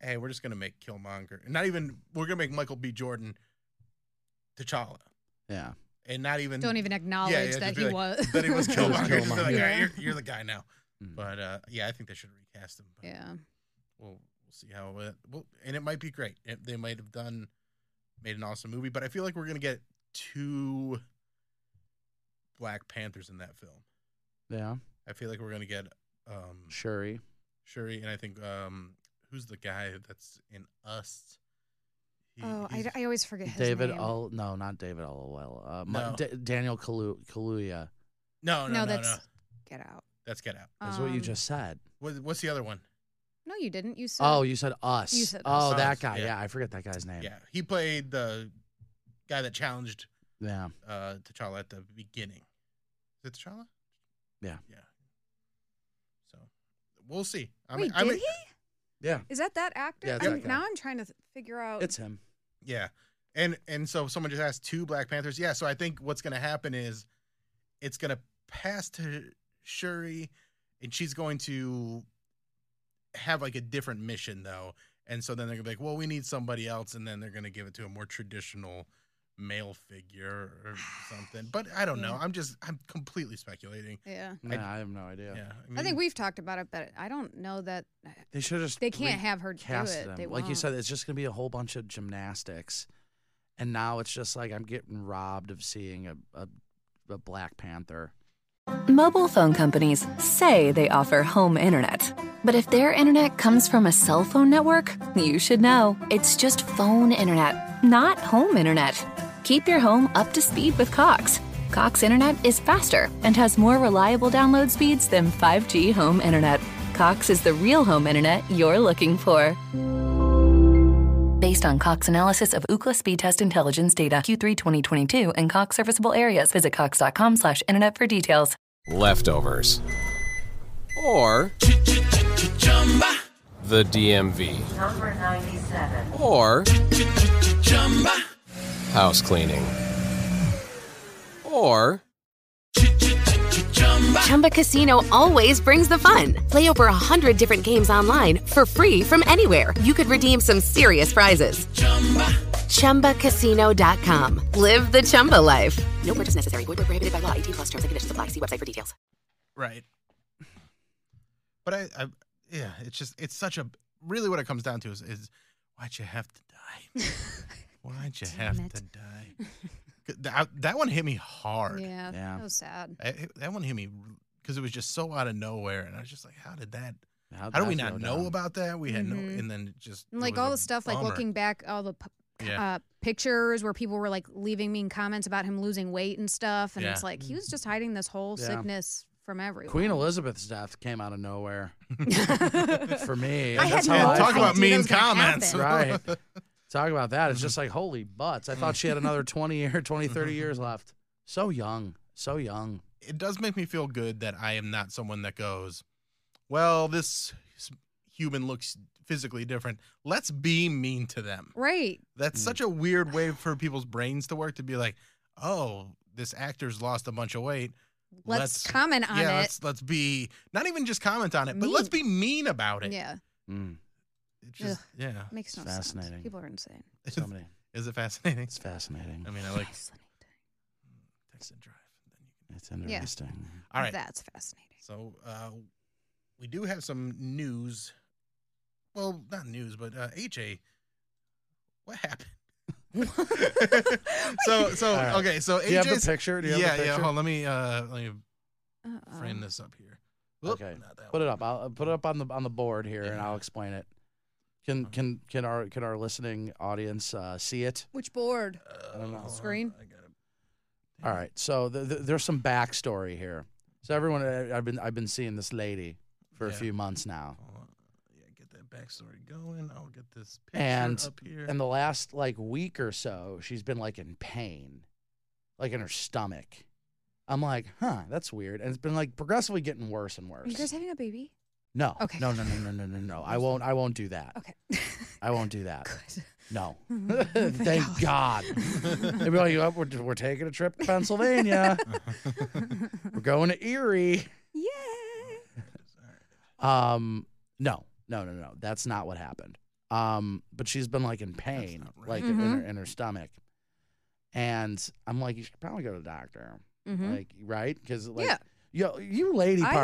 Speaker 2: hey, we're just gonna make Killmonger, not even we're gonna make Michael B. Jordan, T'Challa,
Speaker 3: yeah,
Speaker 2: and not even
Speaker 4: Don't even acknowledge
Speaker 2: just
Speaker 4: that
Speaker 2: be
Speaker 4: he
Speaker 2: like,
Speaker 4: was.
Speaker 2: that it was
Speaker 3: It was
Speaker 2: Killmonger. Just be
Speaker 3: Killmonger.
Speaker 2: like, "All right,
Speaker 4: Yeah.
Speaker 2: you're, you're the guy now.
Speaker 3: Mm.
Speaker 2: But uh, yeah, I think they should recast him. But
Speaker 4: Yeah.
Speaker 2: We'll, we'll see how it. Well, and it might be great. It, they might have done made an awesome movie, but I feel like we're gonna get two Black Panthers in that film.
Speaker 3: yeah,
Speaker 2: I feel like we're gonna get um,
Speaker 3: Shuri.
Speaker 2: Shuri, and I think um, who's the guy that's in Us? He-
Speaker 4: Oh, I,
Speaker 2: he's-
Speaker 4: d- I always forget his
Speaker 3: David
Speaker 4: name.
Speaker 3: Al no, not David Allwell. Uh, my,
Speaker 2: No.
Speaker 3: D- Daniel Kalu- Kaluuya.
Speaker 2: oh, no, no, no,
Speaker 4: no,
Speaker 2: no,
Speaker 4: that's
Speaker 2: no.
Speaker 4: Get Out.
Speaker 2: That's Get Out.
Speaker 3: That's what you
Speaker 4: Um,
Speaker 3: just said.
Speaker 2: What, what's the other one?
Speaker 4: No, you didn't. You said.
Speaker 3: oh, you said us.
Speaker 4: You said
Speaker 3: oh,
Speaker 2: us. Us,
Speaker 3: that guy.
Speaker 2: yeah.
Speaker 3: Yeah. I forget that guy's name.
Speaker 2: Yeah, he played the guy that challenged
Speaker 3: Yeah.
Speaker 2: uh, T'Challa at the beginning. Is it T'Challa?
Speaker 3: Yeah.
Speaker 2: Yeah. So we'll see. I
Speaker 4: Wait,
Speaker 2: I
Speaker 4: did he?
Speaker 3: Yeah.
Speaker 4: Is that that actor?
Speaker 3: Yeah, it's
Speaker 4: I'm-
Speaker 3: that guy.
Speaker 4: now I'm trying to th- figure out.
Speaker 3: It's him.
Speaker 2: Yeah. And and so someone just asked two Black Panthers. Yeah. So I think what's going to happen is it's going to pass to Shuri, and she's going to have like a different mission though. And so then they're gonna be like, well, we need somebody else, and then they're gonna give it to a more traditional male figure or something. But I don't know.
Speaker 4: Yeah.
Speaker 2: I'm just I'm completely speculating.
Speaker 4: yeah.
Speaker 3: Nah, I, have no idea.
Speaker 2: Yeah.
Speaker 4: I think
Speaker 2: mean,
Speaker 4: we've talked about it, but I don't know that uh,
Speaker 3: They should just.
Speaker 4: they can't have her do
Speaker 3: recast
Speaker 4: it.
Speaker 3: him.
Speaker 4: They
Speaker 3: like you
Speaker 4: won't.
Speaker 3: said, it's just gonna be a whole bunch of gymnastics, and now it's just like I'm getting robbed of seeing a a, a Black Panther.
Speaker 9: Mobile phone companies say they offer home internet. But if their internet comes from a cell phone network, you should know. It's just phone internet, not home internet. Keep your home up to speed with Cox. Cox internet is faster and has more reliable download speeds than 5G home internet. Cox is the real home internet you're looking for. Based on Cox analysis of Ookla speed test intelligence data Q3 2022 and Cox serviceable areas, visit cox.com/internet slash internet for details.
Speaker 5: leftovers, or the DMV,
Speaker 7: Number 97.
Speaker 5: or house cleaning, or
Speaker 10: Chumba Casino always brings the fun. Play over a hundred different games online for free from anywhere. You could redeem some serious prizes. ChumbaCasino.com. Live the Chumba life. No purchase necessary. Void where prohibited by law. 18 plus terms and conditions apply. See website for details.
Speaker 2: right. But I, I, yeah, it's just it's such a really what it comes down to is is why'd you have to die? Why'd you have
Speaker 4: damn it.
Speaker 2: to die? That, that one hit me hard.
Speaker 4: Yeah,
Speaker 3: Yeah.
Speaker 4: That was sad.
Speaker 2: I- it- that one hit me because it was just so out of nowhere, and I was just like, how did that?
Speaker 3: How'd
Speaker 2: How do
Speaker 3: that
Speaker 2: we not
Speaker 3: go
Speaker 2: know
Speaker 3: down?
Speaker 2: about that? We had no,
Speaker 4: Mhm.
Speaker 2: and then it just
Speaker 4: And,
Speaker 2: it
Speaker 4: like
Speaker 2: was
Speaker 4: all
Speaker 2: a
Speaker 4: the stuff, like
Speaker 2: bummer.
Speaker 4: looking back, all the p-
Speaker 2: Yeah.
Speaker 4: uh, pictures where people were like leaving mean comments about him losing weight and stuff, and it's
Speaker 2: Yeah.
Speaker 4: like he was just hiding this whole
Speaker 3: Yeah.
Speaker 4: sickness from everyone.
Speaker 3: Queen Elizabeth's death came out of nowhere for me.
Speaker 4: I had
Speaker 3: That's
Speaker 4: no
Speaker 3: how
Speaker 2: Yeah,
Speaker 3: I
Speaker 4: idea
Speaker 3: felt.
Speaker 2: talk about
Speaker 4: that
Speaker 2: mean
Speaker 4: was gonna
Speaker 2: comments.
Speaker 4: happen.
Speaker 3: right. Talk about that.
Speaker 2: Mm-hmm.
Speaker 3: It's just like,
Speaker 2: Mm.
Speaker 3: holy butts. I thought she had another 20 year, 20, 30 years left. So young. So young.
Speaker 2: it does make me feel good that I am not someone that goes, well, this s- human looks physically different. Let's be mean to them.
Speaker 4: Right.
Speaker 2: That's such a weird way for people's brains to work to be like, oh, this actor's lost a bunch of weight.
Speaker 4: Let's, comment on
Speaker 2: yeah,
Speaker 4: it.
Speaker 2: let's let's be not even just comment on it, but let's be mean about it.
Speaker 4: Yeah.
Speaker 3: Mm,
Speaker 2: It's just yeah.
Speaker 4: Makes no
Speaker 3: Fascinating.
Speaker 4: sense. People are insane.
Speaker 3: so many.
Speaker 2: Is it fascinating?
Speaker 3: It's fascinating.
Speaker 2: I mean, I like text and drive.
Speaker 3: It's interesting.
Speaker 2: All right.
Speaker 4: That's fascinating.
Speaker 2: So uh, we do have some news. Well, not news, but uh, HA. What happened? so so
Speaker 3: All right.
Speaker 2: okay. So
Speaker 3: Do you have the
Speaker 2: AJ's
Speaker 3: picture? Do you have
Speaker 2: yeah
Speaker 3: the
Speaker 2: yeah.
Speaker 3: picture?
Speaker 2: Hold on, let me uh let me
Speaker 4: Uh-huh. Uh-oh.
Speaker 2: frame this up here. Whoop,
Speaker 3: Okay.
Speaker 2: Not that
Speaker 3: Put
Speaker 2: one.
Speaker 3: it up. I'll I'll put it up on the on the board here, and
Speaker 2: Yeah.
Speaker 3: I'll explain it. Can can can our can our listening audience uh, see it?
Speaker 4: Which board?
Speaker 2: Uh,
Speaker 3: I don't know.
Speaker 2: hold on,
Speaker 4: Screen?
Speaker 2: I gotta-
Speaker 3: All right. So th th there's some backstory here. So everyone, I- I've been I've been seeing this lady for a
Speaker 2: Yeah.
Speaker 3: few months now,
Speaker 2: hold on. Yeah, get that backstory going. I'll get this picture
Speaker 3: And-
Speaker 2: up here.
Speaker 3: and the last like week or so, she's been like in pain, like in her stomach. I'm like, huh, that's weird, and it's been like progressively getting worse and
Speaker 4: Are you guys
Speaker 3: worse.
Speaker 4: having a baby?
Speaker 3: No,
Speaker 4: Okay.
Speaker 3: no, no, no, no, no, no, no. I won't. I won't do that.
Speaker 4: Okay.
Speaker 3: I won't do that.
Speaker 4: Good.
Speaker 3: No.
Speaker 4: Mm,
Speaker 3: Thank God. They'd be like, "Yup, we're, we're taking a trip to Pennsylvania. we're going to Erie.
Speaker 4: Yeah.
Speaker 3: Um, no, no, no, no. That's not what happened. Um, but she's been like in pain,
Speaker 2: not right.
Speaker 3: like in, her,
Speaker 4: Mm-hmm.
Speaker 3: in her stomach. And I'm like, you should probably go to the doctor.
Speaker 4: Mhm.
Speaker 3: Like, right? Because, like,
Speaker 4: Yeah.
Speaker 3: yo, you lady
Speaker 4: I have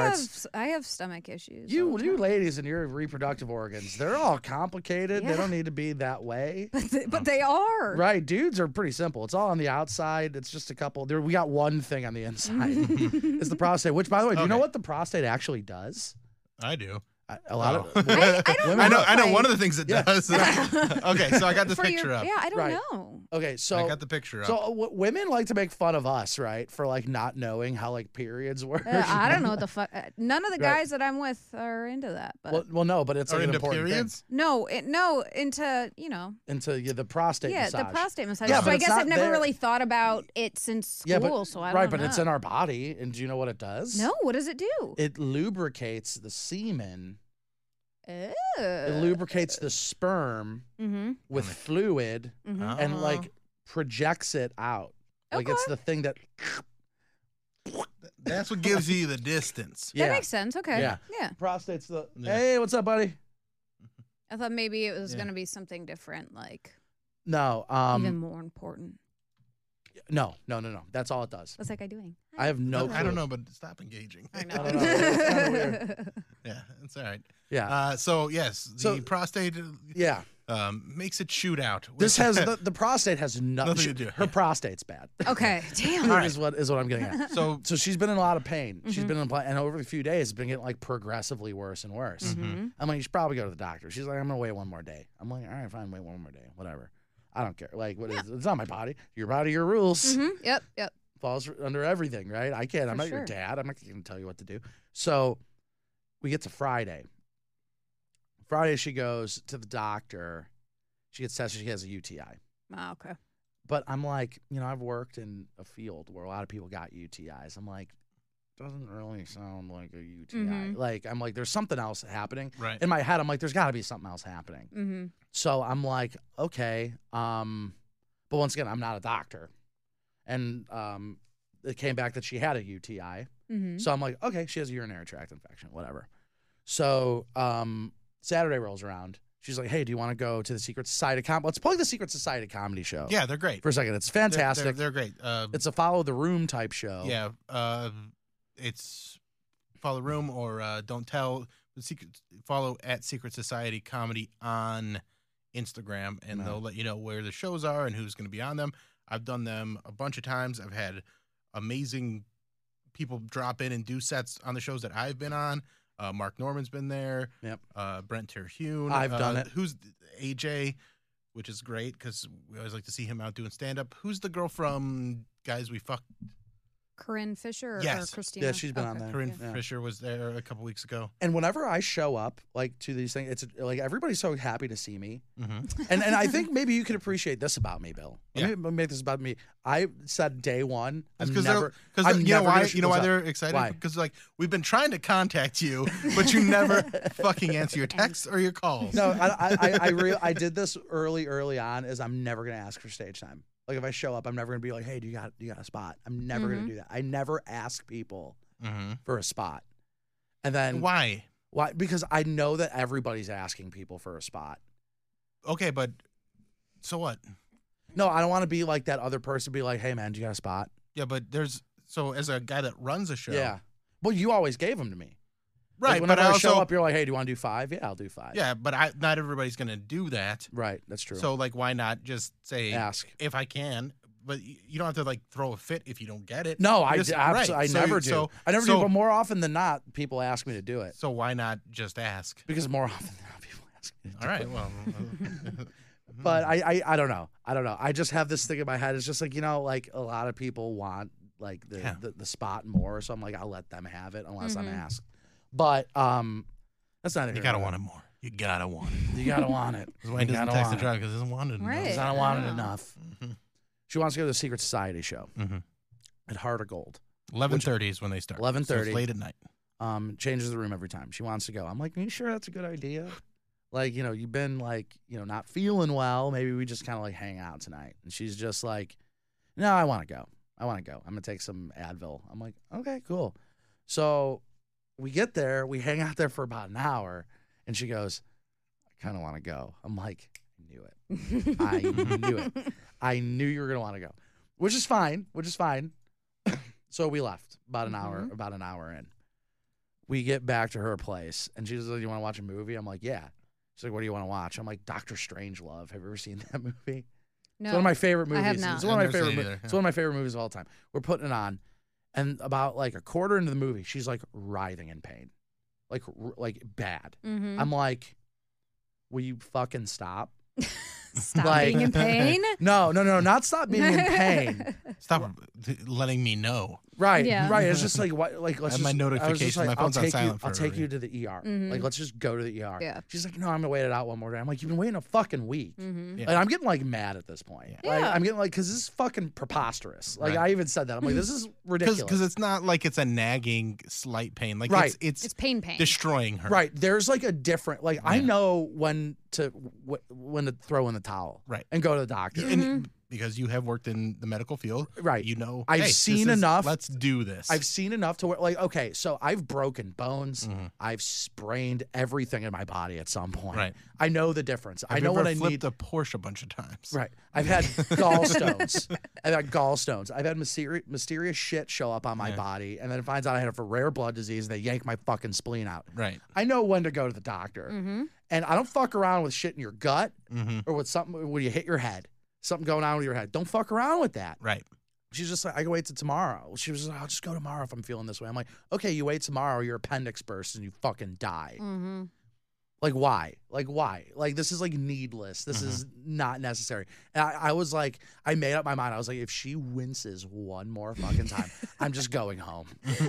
Speaker 4: s-
Speaker 3: parts.
Speaker 4: I have stomach issues. all
Speaker 3: You,
Speaker 4: the
Speaker 3: you
Speaker 4: time.
Speaker 3: ladies and your reproductive organs, they're all complicated. They
Speaker 4: Yeah.
Speaker 3: don't need to be that way.
Speaker 4: but they, but they are.
Speaker 3: Right, dudes are pretty simple. It's all on the outside. It's just a couple. There, we got one thing on the inside. it's the prostate. Which, by the way, do you know
Speaker 2: Okay.
Speaker 3: what the prostate actually does?
Speaker 2: I do.
Speaker 3: A- A lot
Speaker 2: Oh.
Speaker 3: of
Speaker 4: I, I don't
Speaker 2: I know. I know
Speaker 4: if
Speaker 2: one of the things it
Speaker 3: Yeah.
Speaker 2: does. okay, so I got this
Speaker 4: for your-
Speaker 2: picture up.
Speaker 4: Yeah, I don't
Speaker 3: Right.
Speaker 4: know.
Speaker 3: okay. So
Speaker 2: I got the picture up.
Speaker 3: so uh, w- women like to make fun of us, right, for like not knowing how like periods work.
Speaker 4: Uh, I don't know what the fuck. uh, None of the
Speaker 3: Right.
Speaker 4: guys that I'm with are into that. But
Speaker 3: Well, well, no, but it's
Speaker 2: Are
Speaker 3: like an
Speaker 2: into
Speaker 3: important
Speaker 2: periods?
Speaker 4: no, it, no, into you know,
Speaker 3: thing into yeah, the prostate
Speaker 4: yeah,
Speaker 3: massage.
Speaker 4: the prostate massage.
Speaker 3: Yeah,
Speaker 4: so
Speaker 3: but
Speaker 4: I
Speaker 3: it's
Speaker 4: guess
Speaker 3: not
Speaker 4: I've never
Speaker 3: there.
Speaker 4: really thought about it since school.
Speaker 3: yeah, but
Speaker 4: so I don't
Speaker 3: right, but it's
Speaker 4: know.
Speaker 3: in our body, and do you know what it does?
Speaker 4: No, what does it do?
Speaker 3: it lubricates the semen.
Speaker 4: Ew.
Speaker 3: It
Speaker 4: uh,
Speaker 3: lubricates the sperm
Speaker 4: mm-hmm.
Speaker 3: with fluid.
Speaker 4: Mhm.
Speaker 3: and like projects it out. Like it's
Speaker 4: Okay.
Speaker 3: the thing that
Speaker 2: That's what gives you the distance.
Speaker 3: Oh. yeah.
Speaker 4: That makes sense. Okay.
Speaker 3: Yeah.
Speaker 4: yeah.
Speaker 3: Prostate's the
Speaker 2: Yeah.
Speaker 3: hey, what's up, buddy?
Speaker 4: I thought maybe it was
Speaker 2: Yeah.
Speaker 4: going to be something different, like
Speaker 3: No, um,
Speaker 4: even more important.
Speaker 3: no, no, no, no. That's all it does.
Speaker 4: What's that guy doing?
Speaker 3: I have no.
Speaker 2: I don't
Speaker 3: clue.
Speaker 2: know, but stop engaging.
Speaker 4: I
Speaker 3: I don't know. It's kinda weird.
Speaker 2: yeah, it's all right.
Speaker 3: Yeah,
Speaker 2: Uh, so yes, the
Speaker 3: So-
Speaker 2: prostate
Speaker 3: yeah.
Speaker 2: um, makes it shoot out.
Speaker 3: This has the, the prostate has nothing.
Speaker 2: Nothing to do,
Speaker 3: Her
Speaker 2: yeah.
Speaker 3: prostate's bad.
Speaker 4: okay. Damn.
Speaker 3: is what is what I'm getting at.
Speaker 2: so
Speaker 3: So she's been in a lot of pain. She's been in a, and over the few days, it's been getting like progressively worse and worse.
Speaker 4: Mm-hmm.
Speaker 3: I'm like, you should probably go to the doctor. She's like, I'm gonna wait one more day. I'm like, all right, fine, wait one more day, whatever. I don't care. Like, what is it's not my body. Your body, your rules.
Speaker 4: Mhm. Yep. Yep.
Speaker 3: falls under everything, right? I can't. I'm
Speaker 4: For
Speaker 3: not your
Speaker 4: sure.
Speaker 3: dad. I'm not going to tell you what to do. So we get to Friday. Friday, she goes to the doctor. She gets tested. She has a UTI.
Speaker 4: Oh, okay.
Speaker 3: But I'm like, you know, I've worked in a field where a lot of people got UTIs. I'm like, doesn't really sound like a UTI.
Speaker 4: Mhm.
Speaker 3: Like, I'm like, there's something else happening.
Speaker 2: right.
Speaker 3: In my head, I'm like, there's got to be something else happening.
Speaker 4: Mm-hmm.
Speaker 3: So I'm like, okay. Um, but once again, I'm not a doctor. And um, it came back that she had a UTI.
Speaker 4: Mm-hmm.
Speaker 3: So I'm like, okay, she has a urinary tract infection, whatever. So um, Saturday rolls around. She's like, hey, do you want to go to the Secret Society com? Let's plug the Secret Society comedy show.
Speaker 2: Yeah, they're great.
Speaker 3: For a second. It's
Speaker 2: They're- they're-
Speaker 3: fantastic.
Speaker 2: They're, great. Uh,
Speaker 3: it's a follow the room type show.
Speaker 2: Yeah, uh, it's follow the room or uh, don't tell. The secret follow at Secret Society Comedy on Instagram, and
Speaker 3: Right.
Speaker 2: they'll let you know where the shows are and who's going to be on them. I've done them a bunch of times. I've had amazing people drop in and do sets on the shows that I've been on. Uh, Mark Norman's been there.
Speaker 3: Yep.
Speaker 2: Uh, Brent Terhune.
Speaker 3: I've done
Speaker 2: uh,
Speaker 3: it.
Speaker 2: Who's AJ? Which is great because we always like to see him out doing stand up. Who's the girl from Guys We Fucked?
Speaker 4: Corinne Fisher or,
Speaker 2: Yes.
Speaker 4: or Christina?
Speaker 3: Yeah, she's been on
Speaker 4: Okay.
Speaker 3: there.
Speaker 2: Corinne
Speaker 3: Yeah.
Speaker 2: Fisher was there a couple weeks ago.
Speaker 3: And whenever I show up, like to these things, it's like everybody's so happy to see me.
Speaker 2: Mm-hmm.
Speaker 3: And and I think maybe you could appreciate this about me, Bill.
Speaker 2: Yeah.
Speaker 3: Let me make this about me. I said day one. I'm
Speaker 2: because
Speaker 3: never.
Speaker 2: because
Speaker 3: I'm
Speaker 2: you know
Speaker 3: never gonna
Speaker 2: why
Speaker 3: shoot
Speaker 2: you know why
Speaker 3: those up.
Speaker 2: they're excited
Speaker 3: Why?
Speaker 2: because like we've been trying to contact you but you never fucking answer your texts or your calls
Speaker 3: No, I I I, I, re- I did this early early on. Is I'm never gonna ask for stage time. Like if I show up, I'm never gonna be like, hey, do you got do you got a spot? I'm never
Speaker 2: Mm-hmm.
Speaker 3: gonna do that. I never ask people
Speaker 2: Mhm.
Speaker 3: for a spot. And then why?
Speaker 2: why
Speaker 3: why? Because I know that everybody's asking people for a spot.
Speaker 2: okay but so what
Speaker 3: No, I don't want to be like that other person. Be like, hey man, do you got a spot?
Speaker 2: yeah but there's so as a guy that runs a show
Speaker 3: Yeah. Well, you always gave them to me. Like,
Speaker 2: right but
Speaker 3: whenever
Speaker 2: I
Speaker 3: I,
Speaker 2: also
Speaker 3: show up, you're like, hey, do you want to do five? Yeah, I'll do five.
Speaker 2: yeah but I not everybody's gonna do that
Speaker 3: Right. That's true.
Speaker 2: so like why not just say
Speaker 3: ask.
Speaker 2: if I can but y- you don't have to like throw a fit if you don't get it
Speaker 3: No, I,
Speaker 2: Just-
Speaker 3: d- abso-
Speaker 2: right.
Speaker 3: I
Speaker 2: So-
Speaker 3: never do.
Speaker 2: so-
Speaker 3: I never do.
Speaker 2: so-
Speaker 3: But more often than not, people ask me to do it
Speaker 2: so why not just ask
Speaker 3: because more often than not, people ask me. To do
Speaker 2: all right
Speaker 3: It.
Speaker 2: well hmm.
Speaker 3: But I, I, I don't know. I don't know. I just have this thing in my head. It's just like you know, like a lot of people want like the
Speaker 2: Yeah.
Speaker 3: the, the spot more. So I'm like, I'll let them have it unless I'm
Speaker 4: Mhm.
Speaker 3: asked. But um, that's not.
Speaker 2: you gotta want it more you gotta want it
Speaker 3: You gotta want it.
Speaker 2: That's why he
Speaker 3: You
Speaker 2: doesn't
Speaker 3: gotta
Speaker 2: text the
Speaker 3: want it.
Speaker 2: driver because he doesn't want it. enough.
Speaker 4: Right.
Speaker 3: Because I don't want it
Speaker 4: Yeah.
Speaker 3: enough.
Speaker 2: Mhm.
Speaker 3: She wants to go to the Secret Society show
Speaker 2: Mhm.
Speaker 3: at Heart of Gold.
Speaker 2: Eleven thirty is when they start.
Speaker 3: 11:30.
Speaker 2: So it's late at night.
Speaker 3: Um, changes the room every time. She wants to go. I'm like, are you sure that's a good idea? Like, you know, you've been like, you know, not feeling well. Maybe we just kind of like hang out tonight. And she's just like, no, I want to go. I want to go. I'm gonna take some Advil. I'm like, okay, cool. So we get there, we hang out there for about an hour, and she goes, I kind of want to go. I'm like, I knew it. I knew it. I knew you were gonna want to go, which is fine. Which is fine. so we left about an hour. About an hour in, we get back to her place, and she's like, "You want to watch a movie?" I'm like, "Yeah." She's like, "What do you want to watch?" I'm like, "Doctor Strange Love." Have you ever seen that movie?
Speaker 4: No.
Speaker 3: It's one of my favorite
Speaker 4: I
Speaker 3: movies.
Speaker 4: have
Speaker 3: It's
Speaker 4: not.
Speaker 3: one of my
Speaker 2: I've never
Speaker 3: favorite.
Speaker 2: seen it
Speaker 3: mo-
Speaker 2: either,
Speaker 3: It's
Speaker 2: yeah.
Speaker 3: one of my favorite movies of all time. We're putting it on, and about like a quarter into the movie, she's like writhing in pain, like r- like bad.
Speaker 4: Mhm.
Speaker 3: I'm like, "Will you fucking stop?"
Speaker 4: Stop
Speaker 3: like-
Speaker 4: being in pain.
Speaker 3: No, no, no, not stop being in pain.
Speaker 2: Stop th- letting me know.
Speaker 3: Right,
Speaker 4: Yeah.
Speaker 3: right. It's just like what, like let's just.
Speaker 2: have my
Speaker 3: I was
Speaker 2: notifications.
Speaker 3: just
Speaker 2: My
Speaker 3: like, I'll
Speaker 2: phone's on
Speaker 3: take you.
Speaker 2: silent
Speaker 3: I'll
Speaker 2: forever,
Speaker 3: take you
Speaker 2: yeah.
Speaker 3: to the ER. Like
Speaker 4: Mhm.
Speaker 3: let's just go to the ER.
Speaker 4: Yeah.
Speaker 3: She's like, no, I'm gonna wait it out one more day. I'm like, you've been waiting a fucking week.
Speaker 4: Mhm.
Speaker 2: Yeah.
Speaker 3: Like I'm getting like mad at this point.
Speaker 2: Yeah.
Speaker 3: Like,
Speaker 4: Yeah.
Speaker 3: I'm getting like, cause this is fucking preposterous. Like
Speaker 2: Right.
Speaker 3: I even said that. I'm like, this is ridiculous.
Speaker 2: Because it's not like it's a nagging slight pain. Like
Speaker 3: Right.
Speaker 2: it's,
Speaker 4: It's
Speaker 2: it's
Speaker 4: pain pain.
Speaker 2: destroying her.
Speaker 3: right. There's like a different. Like I
Speaker 2: Yeah.
Speaker 3: know when to wh- when to throw in the towel.
Speaker 2: Right.
Speaker 3: And go to the doctor.
Speaker 2: And because you have worked in the medical field.
Speaker 3: Right.
Speaker 2: You know.
Speaker 3: I've
Speaker 2: hey, this
Speaker 3: seen
Speaker 2: is-
Speaker 3: enough.
Speaker 2: Let's do this.
Speaker 3: I've seen enough to where, like, okay, so I've broken bones.
Speaker 2: Mm-hmm.
Speaker 3: I've sprained everything in my body at some point.
Speaker 2: Right.
Speaker 3: I know the difference.
Speaker 2: Have
Speaker 3: I
Speaker 2: you
Speaker 3: know what
Speaker 2: ever
Speaker 3: I
Speaker 2: flipped
Speaker 3: need.
Speaker 2: a Porsche a bunch of times.
Speaker 3: right. I've had gallstones. I've had gallstones. I've had mysteri- mysterious shit show up on my body, and then it finds out I had a rare blood disease, and they yank my fucking spleen out.
Speaker 2: Right.
Speaker 3: I know when to go to the doctor, and I don't fuck around with shit in your gut
Speaker 2: Mm-hmm.
Speaker 3: or with something when you hit your head. Something going on with your head. Don't fuck around with that.
Speaker 2: Right.
Speaker 3: She's just like, I can wait till tomorrow. She was just like, I'll just go tomorrow if I'm feeling this way. I'm like, okay, you wait tomorrow, your appendix bursts and you fucking die.
Speaker 4: Mm-hmm.
Speaker 3: Like, why? Like, why? Like, this is like needless. This is
Speaker 2: Mm-hmm.
Speaker 3: not necessary. And I, I was like, I made up my mind. I was like, if she winces one more fucking time, I'm just going home.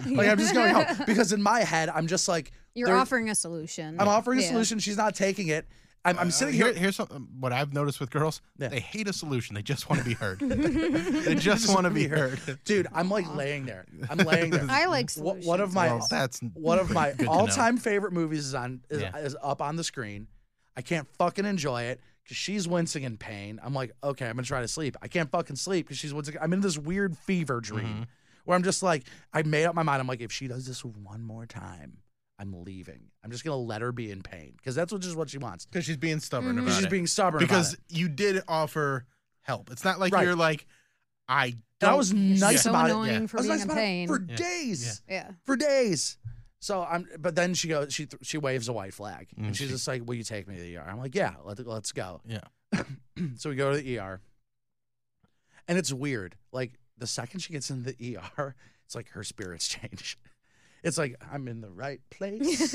Speaker 3: like, I'm just going home because in my head, I'm just like,
Speaker 4: You're
Speaker 3: there-
Speaker 4: offering a solution.
Speaker 3: I'm offering a
Speaker 4: Yeah.
Speaker 3: solution. She's not taking it. I'm, I'm
Speaker 2: Uh,
Speaker 3: sitting
Speaker 2: here-
Speaker 3: here.
Speaker 2: Here's some, what I've noticed with girls.
Speaker 3: Yeah.
Speaker 2: They hate a solution. They just want to be heard. they just want to be heard.
Speaker 3: Dude, I'm like laying there. I'm laying there.
Speaker 4: I like
Speaker 3: Wha- One of my
Speaker 2: Well, that's
Speaker 3: one of my
Speaker 2: good to know.
Speaker 3: all-time favorite movies is on is,
Speaker 2: Yeah.
Speaker 3: is up on the screen. I can't fucking enjoy it because she's wincing in pain. I'm like, okay, I'm gonna try to sleep. I can't fucking sleep because she's wincing. I'm in this weird fever
Speaker 2: Mm-hmm.
Speaker 3: dream where I'm just like, I made up my mind. I'm like, if she does this one more time, I'm leaving. I'm just gonna let her be in pain because that's what, just what she wants.
Speaker 2: Because she's being stubborn
Speaker 4: Mhm.
Speaker 2: about
Speaker 3: Mm-hmm. She's
Speaker 2: it.
Speaker 3: being stubborn about
Speaker 2: because
Speaker 3: it.
Speaker 2: you did offer help. It's not like
Speaker 3: Right.
Speaker 2: you're like I.
Speaker 3: And I
Speaker 2: Don't,
Speaker 3: was
Speaker 4: It's
Speaker 3: nice
Speaker 4: so
Speaker 3: about it.
Speaker 4: annoying
Speaker 2: Yeah.
Speaker 4: for
Speaker 3: I was
Speaker 4: being
Speaker 3: nice
Speaker 4: in
Speaker 3: about it
Speaker 4: pain.
Speaker 3: for
Speaker 2: Yeah.
Speaker 3: days.
Speaker 2: Yeah.
Speaker 4: yeah.
Speaker 3: for days. So I'm, but then she goes, she th- she waves a white flag, and
Speaker 2: Mm,
Speaker 3: she's
Speaker 2: she-
Speaker 3: just like, "Will you take me to the ER?" I'm like, "Yeah, let, let's go."
Speaker 2: Yeah.
Speaker 3: so we go to the ER, E and it's weird. Like the second she gets into the ER, it's like her spirits change. It's like I'm in the right place.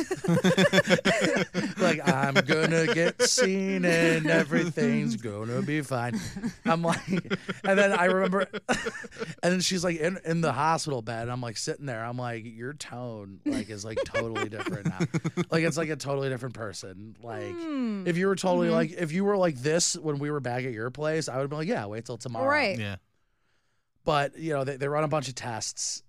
Speaker 3: like I'm gonna get seen and everything's gonna be fine. I'm like, and then I remember, and then she's like in, in the hospital bed. And I'm like sitting there. I'm like, your tone like is like totally different now. Like it's like a totally different person. Like
Speaker 4: Hmm.
Speaker 3: if you were totally
Speaker 4: Mm-hmm.
Speaker 3: like if you were like this when we were back at your place, I would be like, yeah, wait till tomorrow
Speaker 4: Right.
Speaker 2: Yeah.
Speaker 3: but you know they, they run a bunch of tests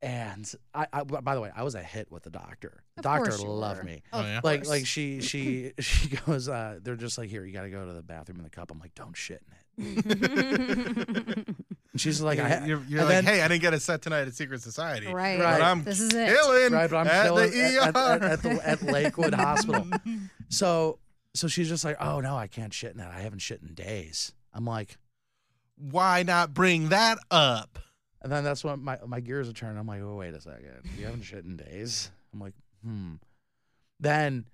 Speaker 3: and I, I by the way i was a hit with the doctor the
Speaker 4: Of
Speaker 3: doctor
Speaker 4: course you
Speaker 3: loved
Speaker 4: were.
Speaker 3: me
Speaker 2: Oh, yeah.
Speaker 3: like like she she she goes uh they're just like here you gotta go to the bathroom in the cup i'm like don't shit in it and she's like I,
Speaker 2: you're you're, you're
Speaker 3: and then-
Speaker 2: like, hey, I didn't get a set tonight at Secret Society.
Speaker 4: Right.
Speaker 3: Right.
Speaker 2: But I'm
Speaker 4: This is it.
Speaker 2: killing
Speaker 3: right but i'm
Speaker 2: at
Speaker 3: killing
Speaker 2: the ER.
Speaker 3: at, at, at, the, at lakewood hospital so so she's just like oh no i can't shit in it i haven't shit in days i'm like
Speaker 2: Why not bring that up?
Speaker 3: And then that's when my, my gears are turned. I'm like, oh, wait a second. You haven't shit in days. I'm like, hmm. Then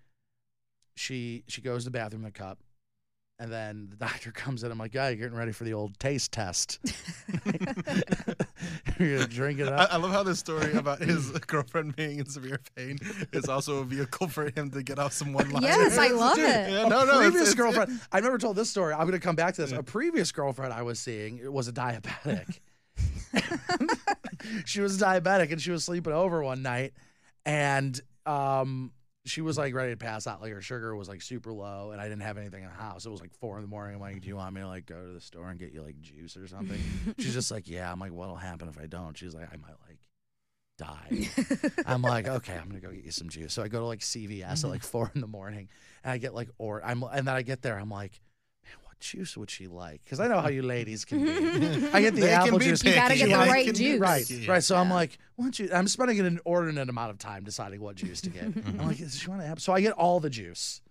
Speaker 3: she she goes to the bathroom in the cup. And then the doctor comes in. I'm like, yeah, you're getting ready for the old taste test. you're going to drink it
Speaker 2: I,
Speaker 3: up.
Speaker 2: I love how this story about his girlfriend being in severe pain is also a vehicle for him to get off some one liners.
Speaker 4: Yes, I love it.
Speaker 2: Yeah, no, no.
Speaker 3: previous
Speaker 2: it's- it's-
Speaker 3: girlfriend. I never told this story. I'm going to come back to this. A previous girlfriend I was seeing it was a diabetic. she was diabetic and she was sleeping over one night, and um, she was like ready to pass out. Like her sugar was like super low, and I didn't have anything in the house. It was like four in the morning. I'm like, "Do you want me to like go to the store and get you like juice or something?" She's just like, "Yeah." I'm like, "What'll happen if I don't?" She's like, "I might like." Die. I'm like, okay, I'm gonna go get you some juice. So I go to like CVS at like four in the morning, and I get like or I'm and then I get there, I'm like, man, what juice would she like? Because I know how you ladies can be. I get the
Speaker 2: They can
Speaker 3: apple
Speaker 2: be
Speaker 3: juice.
Speaker 2: picky.
Speaker 4: You gotta get the
Speaker 2: They
Speaker 4: right
Speaker 2: can be
Speaker 4: juice.
Speaker 3: Right,
Speaker 2: picky.
Speaker 3: right. So I'm like, what juice? I'm spending an inordinate amount of time deciding what juice to get.
Speaker 2: Mm-hmm.
Speaker 3: I'm like, does she want to have? So I get all the juice,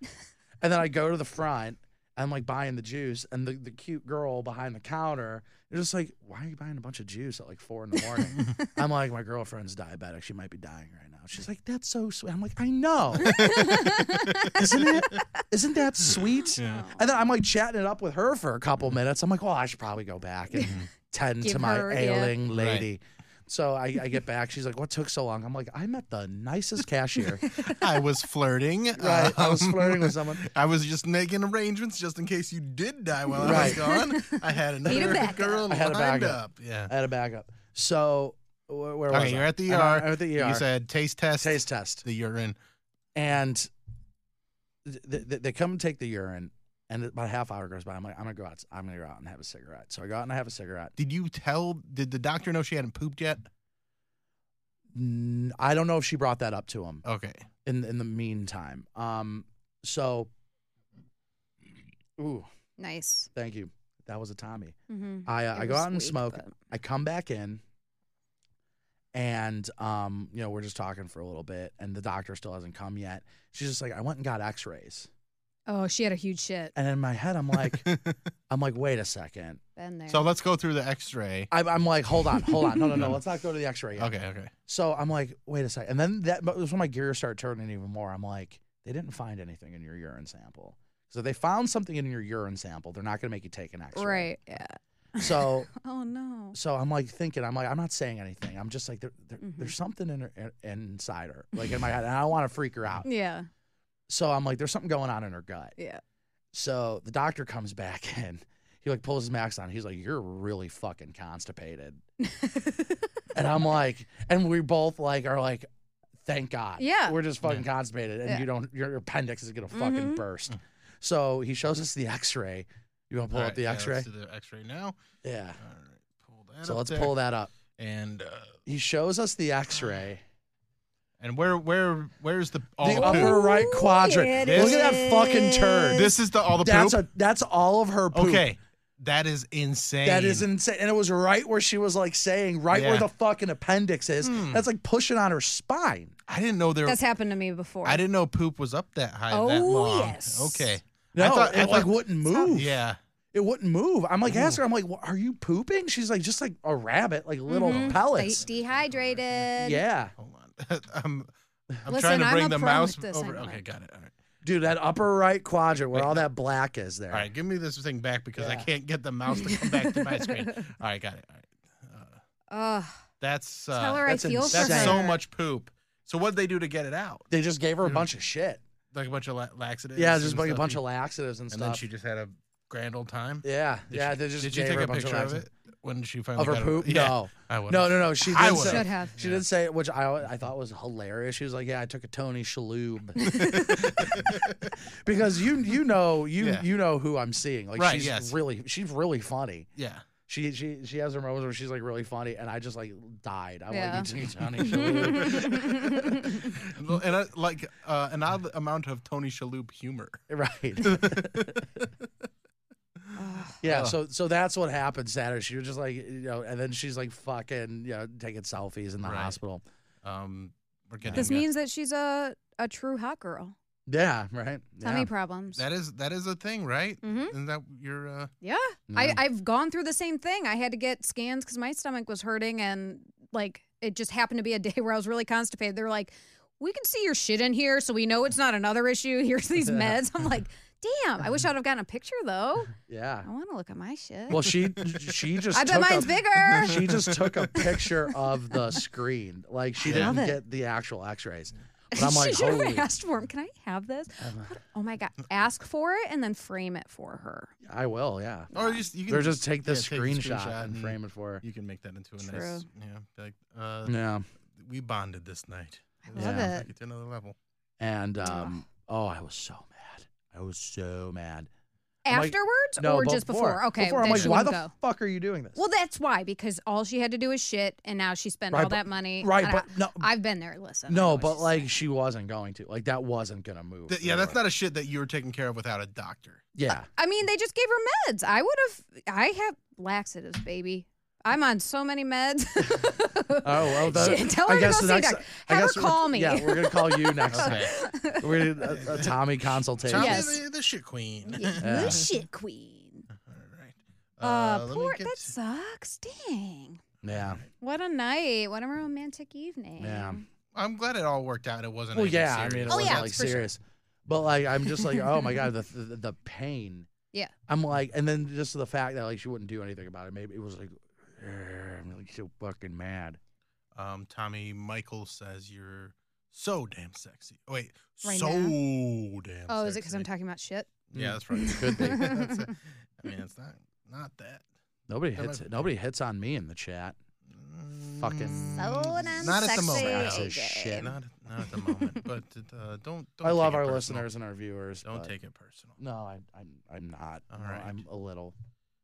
Speaker 3: and then I go to the front. I'm like buying the juice, and the, the cute girl behind the counter is just like, "Why are you buying a bunch of juice at like four in the morning?" I'm like, "My girlfriend's diabetic; she might be dying right now." She's like, "That's so sweet." I'm like, "I know, isn't it? Isn't that sweet?" And then I'm like chatting it up with her for a couple
Speaker 2: Mm-hmm.
Speaker 3: minutes. I'm like, "Well, I should probably go back and tend to
Speaker 4: Give
Speaker 3: my
Speaker 4: her- yeah.
Speaker 3: ailing lady." So I, I get back. She's like, "What took so long?" I'm like, "I met the nicest cashier.
Speaker 2: I was flirting.
Speaker 3: right? I was
Speaker 2: um,
Speaker 3: flirting with someone."
Speaker 2: I was just making arrangements just in case you did die while
Speaker 3: Right.
Speaker 2: I was gone. I had
Speaker 4: Need a
Speaker 2: another
Speaker 4: backup.
Speaker 2: girl
Speaker 3: I had a
Speaker 2: lined
Speaker 3: backup.
Speaker 2: up. Yeah.
Speaker 3: I had a backup. So wh- where was I?
Speaker 2: Okay, you're at the ER.
Speaker 3: I'm- I'm at the ER.
Speaker 2: You said taste test.
Speaker 3: taste test,
Speaker 2: the urine.
Speaker 3: and th- th- they come and take the urine, and about a half hour goes by. I'm like, I'm gonna go out. I'm gonna go out and have a cigarette. So I go out and I have a cigarette.
Speaker 2: Did you tell? Did the doctor know she hadn't pooped yet?
Speaker 3: N- I don't know if she brought that up to him
Speaker 2: Okay.
Speaker 3: in in the meantime. Um, so, ooh,
Speaker 4: Nice.
Speaker 3: thank you. That was a Tommy.
Speaker 4: Mm-hmm.
Speaker 3: I uh,
Speaker 4: It
Speaker 3: I go
Speaker 4: was
Speaker 3: out and
Speaker 4: sweet,
Speaker 3: smoke.
Speaker 4: but-
Speaker 3: I come back in, and um, you know, we're just talking for a little bit, and the doctor still hasn't come yet. She's just like, I went and got X-rays,
Speaker 4: Oh, she had a huge shit.
Speaker 3: and in my head, I'm like, I'm like, wait a second.
Speaker 4: Been there.
Speaker 2: So let's go through the X-ray.
Speaker 3: I'm, I'm like, hold on, hold on, no, no, no, let's not go to the X-ray. Yet.
Speaker 2: Okay. Okay.
Speaker 3: So I'm like, wait a second, and then that but that's when my gears start turning even more. I'm like, they didn't find anything in your urine sample. So they found something in your urine sample. They're not going to make you take an X-ray.
Speaker 4: right. Yeah.
Speaker 3: So
Speaker 4: Oh no.
Speaker 3: So I'm like thinking, I'm like, I'm not saying anything. I'm just like, there, there, there's something in her, in- inside her, like in my head, and I don't want to freak her out.
Speaker 4: Yeah.
Speaker 3: So I'm like, there's something going on in her gut.
Speaker 4: Yeah.
Speaker 3: So the doctor comes back in. He like pulls his mask on. He's like, you're really fucking constipated. and I'm like, and we both like are like, thank God.
Speaker 4: Yeah.
Speaker 3: We're just fucking constipated, and
Speaker 4: Yeah. Mm-hmm.
Speaker 3: you don't, your appendix is gonna fucking burst. So he shows us the X-ray. You want to pull
Speaker 2: All
Speaker 3: up
Speaker 2: right,
Speaker 3: the
Speaker 2: yeah,
Speaker 3: X-ray?
Speaker 2: Let's do the X-ray now.
Speaker 3: yeah.
Speaker 2: All right. Pull that.
Speaker 3: So
Speaker 2: up
Speaker 3: let's
Speaker 2: there.
Speaker 3: pull that up.
Speaker 2: And uh,
Speaker 3: He shows us the X-ray.
Speaker 2: and where where where's the all
Speaker 3: the
Speaker 2: poop?
Speaker 3: upper right quadrant.
Speaker 4: it
Speaker 3: Look at that fucking turd.
Speaker 2: This is the all the
Speaker 3: that's
Speaker 2: poop.
Speaker 3: a that's all of her poop.
Speaker 2: okay. That is insane.
Speaker 3: That is insane. And it was right where she was like saying, right
Speaker 2: Yeah.
Speaker 3: where
Speaker 2: Hmm.
Speaker 3: the fucking appendix is. That's like pushing on her spine.
Speaker 2: I didn't know there.
Speaker 4: That's happened to me before.
Speaker 2: I didn't know poop was up that high that
Speaker 4: Oh,
Speaker 2: long.
Speaker 4: yes.
Speaker 2: Okay.
Speaker 3: No,
Speaker 2: I thought,
Speaker 3: it
Speaker 2: I
Speaker 3: like
Speaker 2: thought,
Speaker 3: wouldn't move.
Speaker 2: Yeah.
Speaker 3: It wouldn't move. I'm like, ask her, I'm like, "What- are you pooping? She's like, just like a rabbit, like little
Speaker 2: Mm-hmm.
Speaker 4: Stay
Speaker 3: pellets.
Speaker 4: dehydrated.
Speaker 3: Yeah.
Speaker 2: Hold on. I'm, I'm
Speaker 4: Listen,
Speaker 2: trying to
Speaker 4: I'm
Speaker 2: bring
Speaker 4: up
Speaker 2: the
Speaker 4: front
Speaker 2: mouse
Speaker 4: with this
Speaker 2: over.
Speaker 4: anyway.
Speaker 2: Okay, got it. All right.
Speaker 3: Dude, that upper right quadrant where all that black is there.
Speaker 2: All right, give me this thing back because I can't get the mouse to come back to my screen. All right, got it. All right.
Speaker 4: Ugh.
Speaker 2: That's uh,
Speaker 4: Tell her
Speaker 3: that's
Speaker 4: I feel
Speaker 3: insane.
Speaker 4: for
Speaker 2: that's
Speaker 4: her.
Speaker 2: so much poop. So what did they do to get it out?
Speaker 3: They just gave her a
Speaker 2: Yeah.
Speaker 3: bunch of shit.
Speaker 2: Like a bunch of la- laxatives.
Speaker 3: Yeah, just
Speaker 2: and
Speaker 3: like a
Speaker 2: stuff
Speaker 3: bunch
Speaker 2: you-
Speaker 3: of laxatives and,
Speaker 2: And
Speaker 3: stuff.
Speaker 2: then she just had a grand old time.
Speaker 3: yeah,
Speaker 2: Did
Speaker 3: yeah.
Speaker 2: she-
Speaker 3: They just
Speaker 2: did you
Speaker 3: gave
Speaker 2: take
Speaker 3: her
Speaker 2: a
Speaker 3: bunch
Speaker 2: picture
Speaker 3: of,
Speaker 2: of
Speaker 3: laxatives.
Speaker 2: it when she finally
Speaker 3: Of her
Speaker 2: got
Speaker 3: poop?
Speaker 2: Yeah,
Speaker 3: No.
Speaker 2: I would've.
Speaker 3: No, no, no. She
Speaker 2: I
Speaker 3: did
Speaker 2: would've.
Speaker 4: Should
Speaker 3: say,
Speaker 4: have.
Speaker 3: she did say, which I I thought was hilarious. She was like, "Yeah, I took a Tony Shalhoub," because you you know you
Speaker 2: Yeah.
Speaker 3: you know who I'm seeing. Like
Speaker 2: Right,
Speaker 3: she's
Speaker 2: yes.
Speaker 3: really she's really funny.
Speaker 2: Yeah.
Speaker 3: She she she has her moments where she's like really funny, and I just like died. I
Speaker 4: Yeah.
Speaker 3: want you to Tony Shalhoub.
Speaker 2: Well, and uh, like uh, an odd amount of Tony Shalhoub humor.
Speaker 3: right?
Speaker 4: Ugh.
Speaker 3: Yeah.
Speaker 2: Ugh.
Speaker 3: So so that's what happened Saturday. She was just like you know, and then she's like fucking you know taking selfies in the
Speaker 2: Right.
Speaker 3: hospital.
Speaker 2: Um, we're getting
Speaker 4: This
Speaker 2: uh,
Speaker 4: means that she's a a true hot girl.
Speaker 3: Yeah. Right.
Speaker 4: Tummy
Speaker 3: yeah.
Speaker 4: problems.
Speaker 2: that is that is a thing, right?
Speaker 4: Mhm.
Speaker 2: Isn't that your uh,
Speaker 4: Yeah. I, I've gone through the same thing. I had to get scans because my stomach was hurting and like it just happened to be a day where I was really constipated. They were like, we can see your shit in here, so we know it's not another issue. Here's these meds. I'm like, damn, I wish I'd have gotten a picture though.
Speaker 3: Yeah.
Speaker 4: I want to look at my shit.
Speaker 3: Well, she she just
Speaker 4: I bet
Speaker 3: took
Speaker 4: mine's
Speaker 3: a,
Speaker 4: bigger.
Speaker 3: She just took a picture of the screen. Like she
Speaker 2: I
Speaker 3: didn't
Speaker 4: love it.
Speaker 3: get the actual X-rays. But I'm like,
Speaker 4: she should
Speaker 3: holy,
Speaker 4: have asked for 'em. Can I have this? Oh my god! Ask for it and then frame it for her.
Speaker 3: I will. Yeah.
Speaker 2: or you just you can
Speaker 3: Or just take this
Speaker 2: yeah,
Speaker 3: screenshot,
Speaker 2: take a
Speaker 3: and frame it Mm. for her.
Speaker 2: You can make that into a
Speaker 4: True.
Speaker 2: nice yeah. be Like uh,
Speaker 3: Yeah.
Speaker 2: we bonded this night.
Speaker 4: I
Speaker 2: Yeah,
Speaker 4: love
Speaker 3: Yeah.
Speaker 4: it.
Speaker 2: Take it to another level.
Speaker 3: And um, oh, I was so mad. I was so mad. I'm like,
Speaker 4: Afterwards
Speaker 3: No,
Speaker 4: or
Speaker 3: but
Speaker 4: just before? Okay,
Speaker 3: Before
Speaker 4: then
Speaker 3: I'm like,
Speaker 4: she
Speaker 3: why
Speaker 4: wouldn't
Speaker 3: the
Speaker 4: go.
Speaker 3: fuck are you doing this?
Speaker 4: Well, that's why because all she had to do is shit, and now she spent
Speaker 3: Right,
Speaker 4: all
Speaker 3: but-
Speaker 4: that money.
Speaker 3: right,
Speaker 4: and
Speaker 3: but
Speaker 4: I-
Speaker 3: no-
Speaker 4: I've been there. Listen, I know
Speaker 3: no,
Speaker 4: what
Speaker 3: but
Speaker 4: she's
Speaker 3: like
Speaker 4: saying.
Speaker 3: she wasn't going to. Like that wasn't gonna move.
Speaker 2: Th- yeah, that's not a shit that you were taking care of without a doctor.
Speaker 3: Yeah.
Speaker 4: I mean, they just gave her meds. I would have. I have laxatives, baby. I'm on so many meds.
Speaker 2: Uh,
Speaker 3: Oh well, the,
Speaker 4: Shit, tell
Speaker 3: I
Speaker 4: her to
Speaker 3: guess
Speaker 4: go
Speaker 3: the
Speaker 4: see a
Speaker 3: next,
Speaker 4: doctor.
Speaker 3: I
Speaker 4: Have her
Speaker 3: guess we're-
Speaker 4: call me.
Speaker 3: Yeah, we're gonna call you next time. We're gonna a, a Tommy consultation.
Speaker 2: Tommy,
Speaker 4: Yes.
Speaker 2: the, the shit queen.
Speaker 4: Yeah,
Speaker 3: Yeah.
Speaker 4: you shit queen.
Speaker 2: All right.
Speaker 4: Uh,
Speaker 2: let me
Speaker 4: poor.
Speaker 2: get-
Speaker 4: That sucks. Dang.
Speaker 3: Yeah.
Speaker 4: What a night. What a romantic evening.
Speaker 3: Yeah.
Speaker 2: I'm glad it all worked out. and It wasn't.
Speaker 3: Well,
Speaker 2: anything
Speaker 3: yeah. I mean,
Speaker 2: serious.
Speaker 3: it
Speaker 4: Oh,
Speaker 3: wasn't
Speaker 4: yeah,
Speaker 3: like
Speaker 4: for sure.
Speaker 3: serious, but like I'm just like, oh my god, the the, the pain.
Speaker 4: Yeah.
Speaker 3: I'm like, and then just the fact that like she wouldn't do anything about it. Maybe it was like, "Ugh," I'm like so fucking mad.
Speaker 2: Um, Tommy Michael says you're so damn sexy. Oh, wait,
Speaker 4: Right
Speaker 2: so
Speaker 4: now?
Speaker 2: damn.
Speaker 4: Oh, is it because I'm
Speaker 2: sexy.
Speaker 4: talking about shit?
Speaker 2: Yeah, that's probably
Speaker 3: Could be.
Speaker 2: That's a- I mean, it's not not that.
Speaker 3: Nobody
Speaker 2: That
Speaker 3: hits
Speaker 2: might-
Speaker 3: it. Nobody hits on me in the chat. Fucking-
Speaker 4: So damn
Speaker 2: not at the
Speaker 4: sexy.
Speaker 2: moment.
Speaker 3: Piece of shit.
Speaker 2: Not not at the moment. But uh, don't, don't.
Speaker 3: I love
Speaker 2: take it
Speaker 3: our
Speaker 2: personal.
Speaker 3: listeners and our viewers.
Speaker 2: Don't
Speaker 3: but-
Speaker 2: take it personal.
Speaker 3: No, I, I'm I'm not.
Speaker 2: All
Speaker 3: No,
Speaker 2: right.
Speaker 3: I'm a little.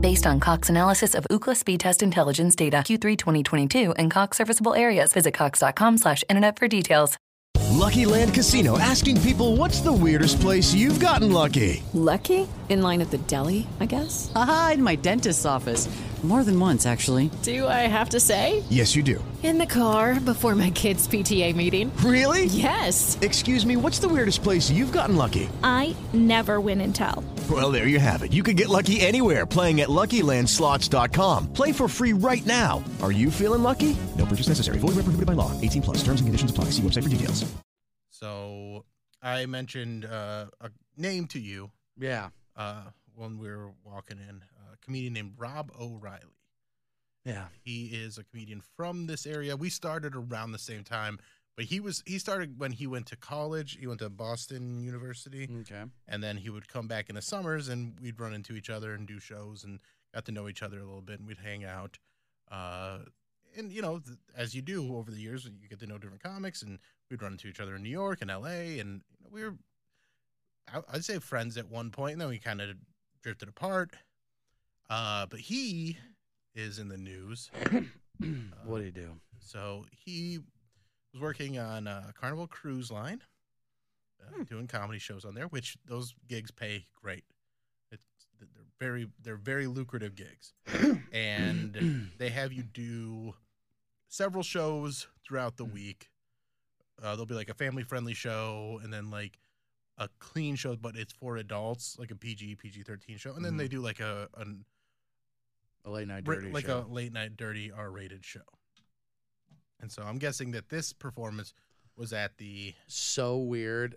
Speaker 9: Based on Cox analysis of Ookla speed test intelligence data Q3 2022 and Cox serviceable areas, visit cox.com/internet slash internet for details.
Speaker 7: Lucky Land Casino asking people what's the weirdest place you've gotten lucky?
Speaker 11: Lucky? In line at the deli, I guess?
Speaker 12: Aha, in my dentist's office. More than once, actually.
Speaker 11: Do I have to say?
Speaker 7: Yes, you do.
Speaker 11: In the car before my kids' PTA meeting.
Speaker 7: Really?
Speaker 11: Yes.
Speaker 7: Excuse me, what's the weirdest place you've gotten lucky?
Speaker 11: I never win and tell.
Speaker 7: Well, there you have it. You can get lucky anywhere playing at LuckyLandSlots.com. Play for free right now. Are you feeling lucky? No purchase necessary. Void where prohibited by law. 18 plus. Terms and conditions apply. See website for details.
Speaker 2: So I mentioned uh, a name to you
Speaker 3: Yeah.
Speaker 2: uh, when we were walking in. A comedian named Rob O'Reilly.
Speaker 3: Yeah.
Speaker 2: He is a comedian from this area. We started around the same time, but he was he started when he went to college. He went to Boston University,
Speaker 3: Okay.
Speaker 2: and then he would come back in the summers, and we'd run into each other and do shows, and got to know each other a little bit, and we'd hang out. Uh, and you know, th- as you do over the years, you get to know different comics, and we'd run into each other in New York and L.A., and you know, we were, I- I'd say, friends at one point, and then we kind of drifted apart. Uh, but he is in the news.
Speaker 3: what do you do?
Speaker 2: So he was working on uh, Carnival Cruise Line, uh, doing comedy shows on there, which those gigs pay great. It's, they're very they're very lucrative gigs, and they have you do several shows throughout the week. Uh, there'll be like a family friendly show, and then like a clean show, but it's for adults, like a PG PG thirteen show, and then they do like a an
Speaker 3: a late night
Speaker 2: ra-
Speaker 3: dirty
Speaker 2: like
Speaker 3: show.
Speaker 2: a late night dirty R rated show. And so I'm guessing that this performance was at the
Speaker 3: so weird.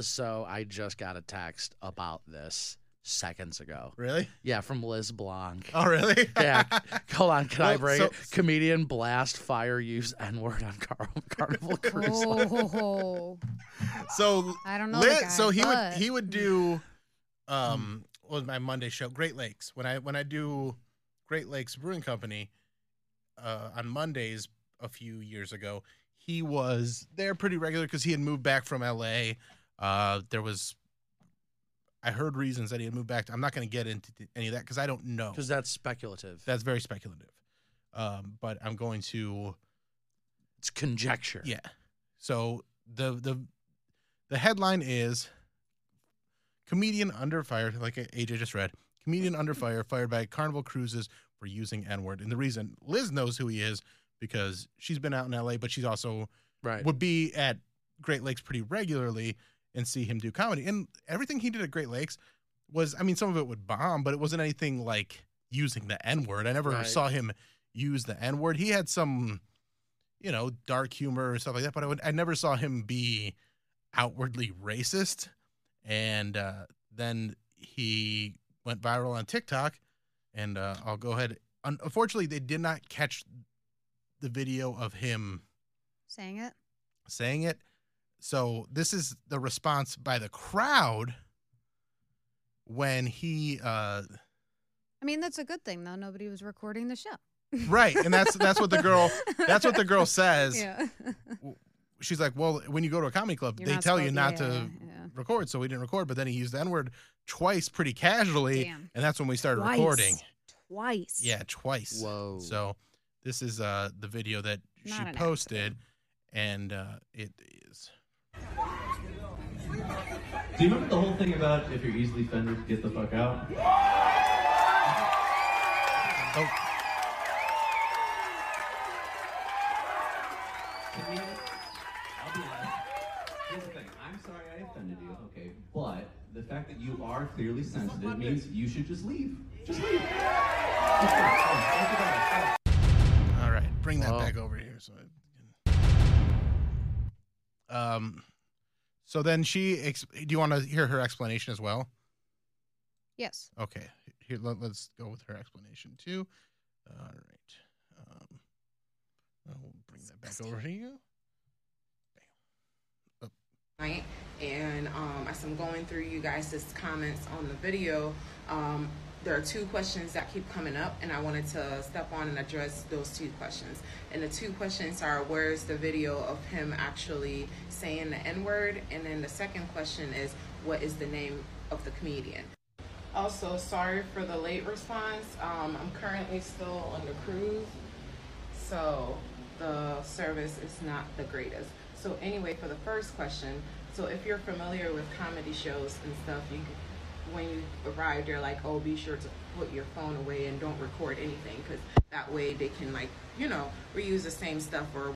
Speaker 3: So I just got a text about this seconds ago.
Speaker 2: Really?
Speaker 3: Yeah, from Liz Blanc.
Speaker 2: Oh, really?
Speaker 3: yeah. Hold on, can I
Speaker 2: Well,
Speaker 3: bring
Speaker 2: so-
Speaker 3: it? Comedian blast fire use N word on Car- Carnival Cruise. Line.
Speaker 4: Oh,
Speaker 2: so
Speaker 4: I don't know.
Speaker 2: Lit-
Speaker 4: the guy,
Speaker 2: so he
Speaker 4: but-
Speaker 2: would he would do um what was my Monday show Great Lakes when I when I do Great Lakes Brewing Company uh on Mondays a few years ago he was there pretty regular cuz he had moved back from LA uh there was I heard reasons that he had moved back I'm not going to get into th- any of that cuz I don't know
Speaker 3: Because that's speculative.
Speaker 2: that's very speculative um but I'm going to
Speaker 3: it's conjecture.
Speaker 2: yeah. So the the the headline is comedian under fire, like AJ just read. Comedian under fire, fired by Carnival Cruises for using N word. And the reason Liz knows who he is because she's been out in LA, but she's also
Speaker 3: Right.
Speaker 2: would be at Great Lakes pretty regularly and see him do comedy. And everything he did at Great Lakes was, I mean, some of it would bomb, but it wasn't anything like using the N word. I never
Speaker 3: Right.
Speaker 2: saw him use the N word. He had some, you know, dark humor and stuff like that, but I, would, I never saw him be outwardly racist. And uh, then he went viral on TikTok. And uh, I'll go ahead. Un- unfortunately, they did not catch the video of him
Speaker 4: saying it.
Speaker 2: saying it. So this is the response by the crowd when he uh
Speaker 4: I mean, that's a good thing though. Nobody was recording the show.
Speaker 2: right and that's that's what the girl that's what the girl says
Speaker 4: Yeah.
Speaker 2: she's like well when you go to a comedy club
Speaker 4: You're
Speaker 2: they
Speaker 4: not
Speaker 2: tell you
Speaker 4: supposed-
Speaker 2: not
Speaker 4: yeah,
Speaker 2: to
Speaker 4: yeah.
Speaker 2: record so we didn't record but then he used the n-word twice pretty casually
Speaker 4: Damn.
Speaker 2: and that's when we started recording
Speaker 4: Twice.
Speaker 2: yeah twice
Speaker 3: Whoa.
Speaker 2: so this is uh the video that
Speaker 4: Not an
Speaker 2: she posted and uh it is
Speaker 13: Do you remember the whole thing about if you're easily offended, get the fuck out?
Speaker 2: oh,
Speaker 14: Here's the thing. I'm sorry I offended you. Okay.
Speaker 13: But the fact that you are clearly sensitive means you should just leave. Just leave.
Speaker 2: all right bring that
Speaker 13: Whoa.
Speaker 2: back over here so it Um, so then she. Ex- do you want to hear her explanation as well?
Speaker 4: Yes.
Speaker 2: Okay. Here, let, us go with her explanation too. All right. Um, I'll bring that back over to you.
Speaker 15: right? And um, as I'm going through you guys' comments on the video, um, there are two questions that keep coming up, and I wanted to step on and address those two questions. And the two questions are where's the video of him actually saying the N word? And then the second question is what is the name of the comedian? Also, sorry for the late response. Um, I'm currently still on the cruise, so the service is not the greatest. So, anyway, for the first question, so if you're familiar with comedy shows and stuff, you can- when you arrive, they're like, oh, be sure to put your phone away and don't record anything because that way they can, like, you know, reuse the same stuff or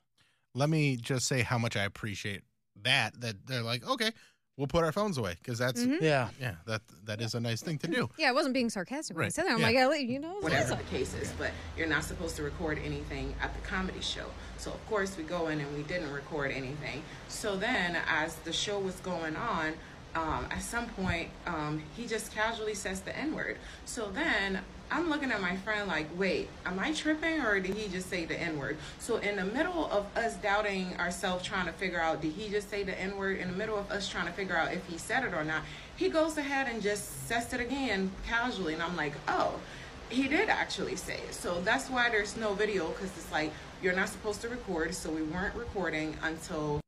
Speaker 2: Let me just say how much I appreciate that. That they're like, okay, we'll put our phones away because that's
Speaker 4: Mhm.
Speaker 3: yeah,
Speaker 2: yeah. That that is a nice thing to do.
Speaker 4: Yeah, I wasn't being sarcastic when I
Speaker 2: Right,
Speaker 4: said that. I'm
Speaker 2: yeah.
Speaker 4: like, I, li- you know, it's
Speaker 15: whatever
Speaker 4: awesome.
Speaker 15: the case is, but you're not supposed to record anything at the comedy show. So of course we go in and we didn't record anything. So then as the show was going on, um, at some point um, he just casually says the N word. So then I'm looking at my friend like, wait, am I tripping or did he just say the N word? So in the middle of us doubting ourselves, trying to figure out did he just say the N word? In the middle of us trying to figure out if he said it or not, he goes ahead and just says it again casually, and I'm like, oh he did actually say it. So that's why there's no video because it's like you're not supposed to record. So we weren't recording until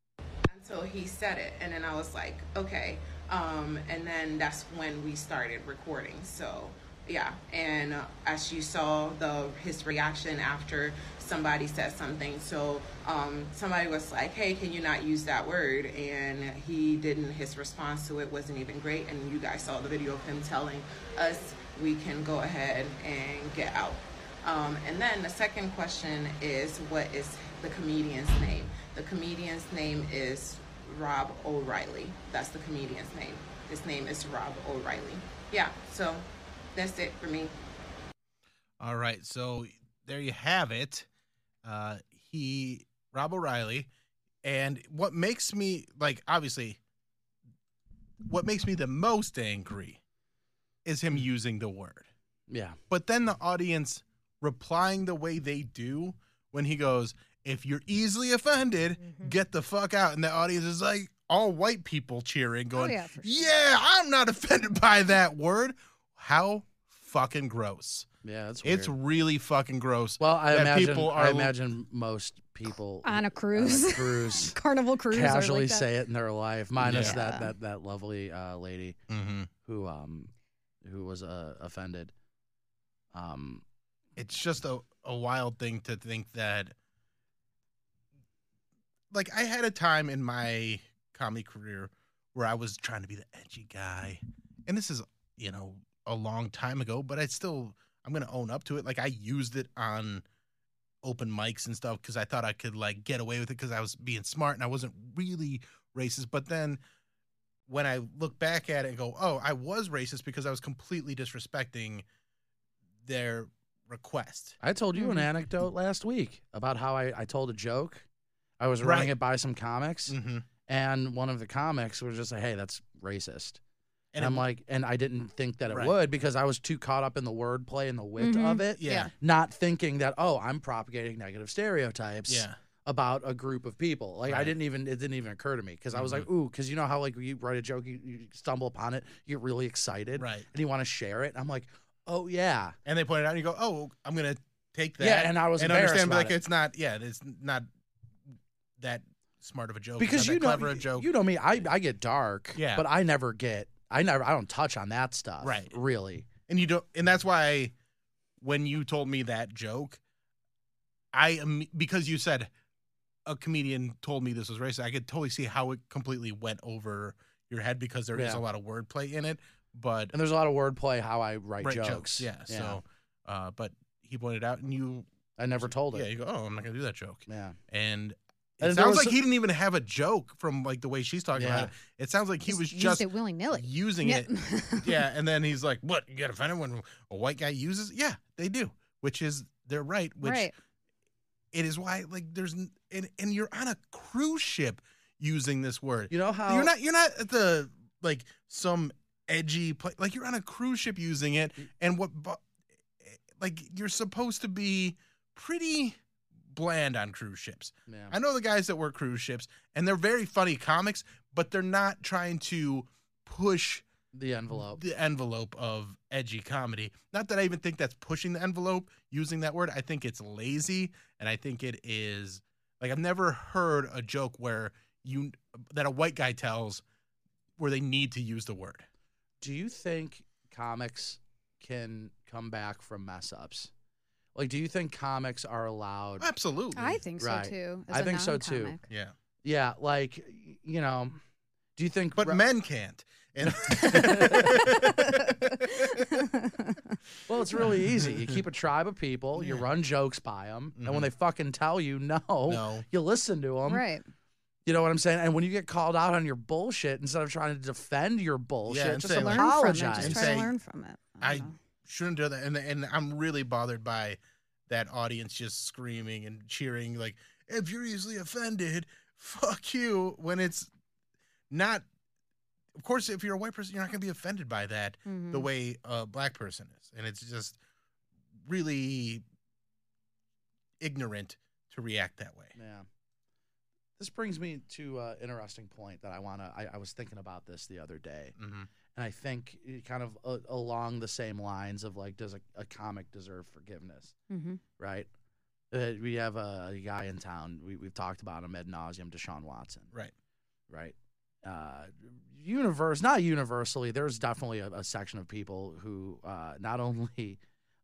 Speaker 15: until he said it, and then I was like, okay. Um, and then that's when we started recording. So yeah, and uh, as you saw the his reaction after somebody said something. So um, somebody was like, hey, can you not use that word? And he didn't. His response to it wasn't even great. And you guys saw the video of him telling us we can go ahead and get out. Um, and then the second question is what is the comedian's name? The comedian's name is Rob O'Reilly. That's the comedian's name. His name is Rob O'Reilly. Yeah, so that's it for me.
Speaker 2: All right, so there you have it. Uh, he Rob O'Reilly, and what makes me like obviously, what makes me the most angry is him using the word.
Speaker 3: Yeah.
Speaker 2: But then the audience replying the way they do when he goes, "If you're easily offended,
Speaker 16: Mm-hmm.
Speaker 2: get the fuck out," and the audience is like all white people cheering, going,
Speaker 16: Oh, yeah, for sure.
Speaker 2: "Yeah, I'm not offended by that word." How fucking gross.
Speaker 3: Yeah, that's
Speaker 2: It's
Speaker 3: weird.
Speaker 2: really fucking gross.
Speaker 3: Well, I
Speaker 2: that
Speaker 3: imagine.
Speaker 2: people are
Speaker 3: I imagine most people
Speaker 4: On a cruise.
Speaker 3: on a cruise
Speaker 4: Carnival cruise. or
Speaker 3: casually
Speaker 4: like that.
Speaker 3: say it in their life, minus
Speaker 2: Yeah.
Speaker 3: that that that lovely uh, lady
Speaker 2: Mm-hmm.
Speaker 3: who um who was uh, offended. Um,
Speaker 2: it's just a, a wild thing to think that like I had a time in my comedy career where I was trying to be the edgy guy. And this is, you know, a long time ago, but I still I'm going to own up to it. Like I used it on open mics and stuff cuz I thought I could like get away with it cuz I was being smart and I wasn't really racist, but then when I look back at it and go, "Oh, I was racist because I was completely disrespecting their request."
Speaker 3: I told you an
Speaker 2: Mhm.
Speaker 3: anecdote last week about how I, I told a joke. I was running
Speaker 2: Right.
Speaker 3: it by some comics,
Speaker 2: Mhm.
Speaker 3: and one of the comics was just like, "Hey, that's racist," and,
Speaker 2: And it-
Speaker 3: I'm like, and I didn't think that it
Speaker 2: Right.
Speaker 3: would because I was too caught up in the wordplay and the wit
Speaker 2: Mhm.
Speaker 3: of it,
Speaker 2: Yeah.
Speaker 3: not thinking that oh, I'm propagating negative stereotypes,
Speaker 2: Yeah.
Speaker 3: about a group of people. Like I
Speaker 2: Right.
Speaker 3: didn't even it didn't even occur to me because I was like,
Speaker 2: Mhm.
Speaker 3: ooh, because you know how like you write a joke, you, you stumble upon it, you get really excited,
Speaker 2: Right.
Speaker 3: and you want to share it. I'm like, oh yeah.
Speaker 2: and they pointed out, and you go, "Oh, I'm gonna take that."
Speaker 3: Yeah, and I was embarrassed
Speaker 2: understand, but,
Speaker 3: about
Speaker 2: like
Speaker 3: it.
Speaker 2: it's not. Yeah, it's not that smart of a joke. it's
Speaker 3: because
Speaker 2: not
Speaker 3: you
Speaker 2: that
Speaker 3: know,
Speaker 2: clever a joke.
Speaker 3: you know me. I I get dark.
Speaker 2: Yeah.
Speaker 3: but I never get. I never. I don't touch on that stuff.
Speaker 2: Right.
Speaker 3: Really.
Speaker 2: and you don't, and that's why when you told me that joke, I am because you said a comedian told me this was racist. I could totally see how it completely went over your head because there is
Speaker 3: Yeah.
Speaker 2: a lot of wordplay in it, but
Speaker 3: And there's a lot of wordplay how I write,
Speaker 2: Write
Speaker 3: jokes.
Speaker 2: jokes, yeah, so, uh, but he pointed out, and you.
Speaker 3: I never told it.
Speaker 2: Yeah, you go. Oh, I'm not gonna do that joke.
Speaker 3: Yeah.
Speaker 2: and it
Speaker 3: And there
Speaker 2: sounds
Speaker 3: was
Speaker 2: like
Speaker 3: so-
Speaker 2: he didn't even have a joke from like the way she's talking
Speaker 3: Yeah.
Speaker 2: about it. It sounds like he was
Speaker 4: used
Speaker 2: just
Speaker 4: it willy nilly.
Speaker 2: using it. yeah, and then he's like, "What? You get offended when a white guy uses?" it?" Yeah, they do, which is they're right. Which
Speaker 4: Right.
Speaker 2: it is why like there's n- and and you're on a cruise ship using this word.
Speaker 3: You know how
Speaker 2: you're not you're not at the like some edgy place like you're on a cruise ship using it, and what bu- like you're supposed to be pretty bland on cruise ships.
Speaker 3: Yeah.
Speaker 2: I know the guys that work cruise ships, and they're very funny comics, but they're not trying to push
Speaker 3: the envelope.
Speaker 2: The envelope of edgy comedy. Not that I even think that's pushing the envelope using that word. I think it's lazy, and I think it is like I've never heard a joke where you that a white guy tells where they need to use the word.
Speaker 3: Do you think comics can come back from mess ups? Like, do you think comics are allowed?
Speaker 2: Absolutely.
Speaker 4: I think so
Speaker 3: Right.
Speaker 4: too. as
Speaker 3: I
Speaker 4: a
Speaker 3: think so too.
Speaker 4: non-comic.
Speaker 2: Yeah.
Speaker 3: Yeah, like y- you know, do you think?
Speaker 2: But
Speaker 3: re-
Speaker 2: men can't. And
Speaker 3: Well, it's really easy. You keep a tribe of people, you run jokes by them, and when they fucking tell you no,
Speaker 2: Mm-hmm. No.
Speaker 3: you listen to
Speaker 2: Um,
Speaker 3: them.
Speaker 4: Right.
Speaker 3: You know what I'm saying? And when you get called out on your bullshit, instead of trying to defend your bullshit,
Speaker 2: and
Speaker 3: just
Speaker 2: say, like-
Speaker 4: Learn
Speaker 3: apologize.
Speaker 4: from it. Just
Speaker 2: And
Speaker 4: try to
Speaker 2: say-
Speaker 4: learn from it.
Speaker 2: I shouldn't do that. And and I'm really bothered by that audience just screaming and cheering like if you're easily offended, fuck you when it's not of course if you're a white person you're not going to be offended by that
Speaker 4: Mm-hmm.
Speaker 2: the
Speaker 1: Mhm.
Speaker 2: way a black person is. And it's just really ignorant to react that way.
Speaker 3: Yeah. This brings me to an interesting point that I want to. I, I was thinking about this the other day.
Speaker 2: Mhm.
Speaker 3: And I think it kind of uh, along the same lines of like, does a, a comic deserve forgiveness?
Speaker 4: Mhm.
Speaker 3: Right? Uh, we have a, guy in town. We, we've talked about him ad nauseum, Deshaun Watson.
Speaker 2: Right.
Speaker 3: Right. Uh, universe, not universally, there's definitely a, a section of people who uh, not only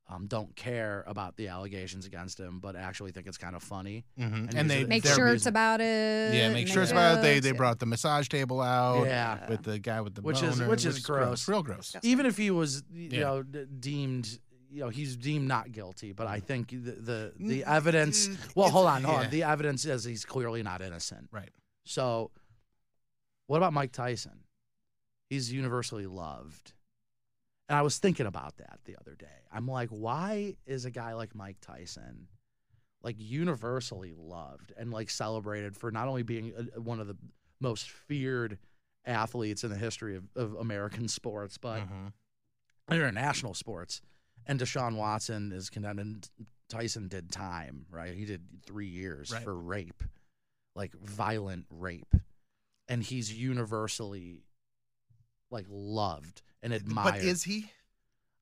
Speaker 3: um, don't care about the allegations against him, but actually think it's kind of funny.
Speaker 2: Mhm.
Speaker 3: use
Speaker 2: And they
Speaker 3: it-
Speaker 4: Make
Speaker 2: They're
Speaker 4: shirts
Speaker 2: reasonable.
Speaker 4: about it.
Speaker 2: Yeah, make sure it's about it. They they
Speaker 4: jokes.
Speaker 2: brought the massage table out.
Speaker 3: Yeah.
Speaker 2: with the guy with the
Speaker 3: which is
Speaker 2: boner,
Speaker 3: which is gross,
Speaker 2: real gross.
Speaker 3: Even if he was, you
Speaker 2: Yeah.
Speaker 3: know, d- deemed, you know, he's deemed not guilty. But I think the the, the evidence. Well, hold on, hold
Speaker 2: yeah.
Speaker 3: on. The evidence is he's clearly not innocent.
Speaker 2: Right.
Speaker 3: So What about Mike Tyson? He's universally loved. And I was thinking about that the other day. I'm like, why is a guy like Mike Tyson like universally loved and like celebrated for not only being a, one of the most feared athletes in the history of, of American sports, but
Speaker 2: Mm-hmm.
Speaker 3: international sports. And Deshaun Watson is condemned, and Tyson did time, right? He did three years
Speaker 2: Right.
Speaker 3: for rape, like violent rape. And he's universally like loved and admired.
Speaker 2: But is he?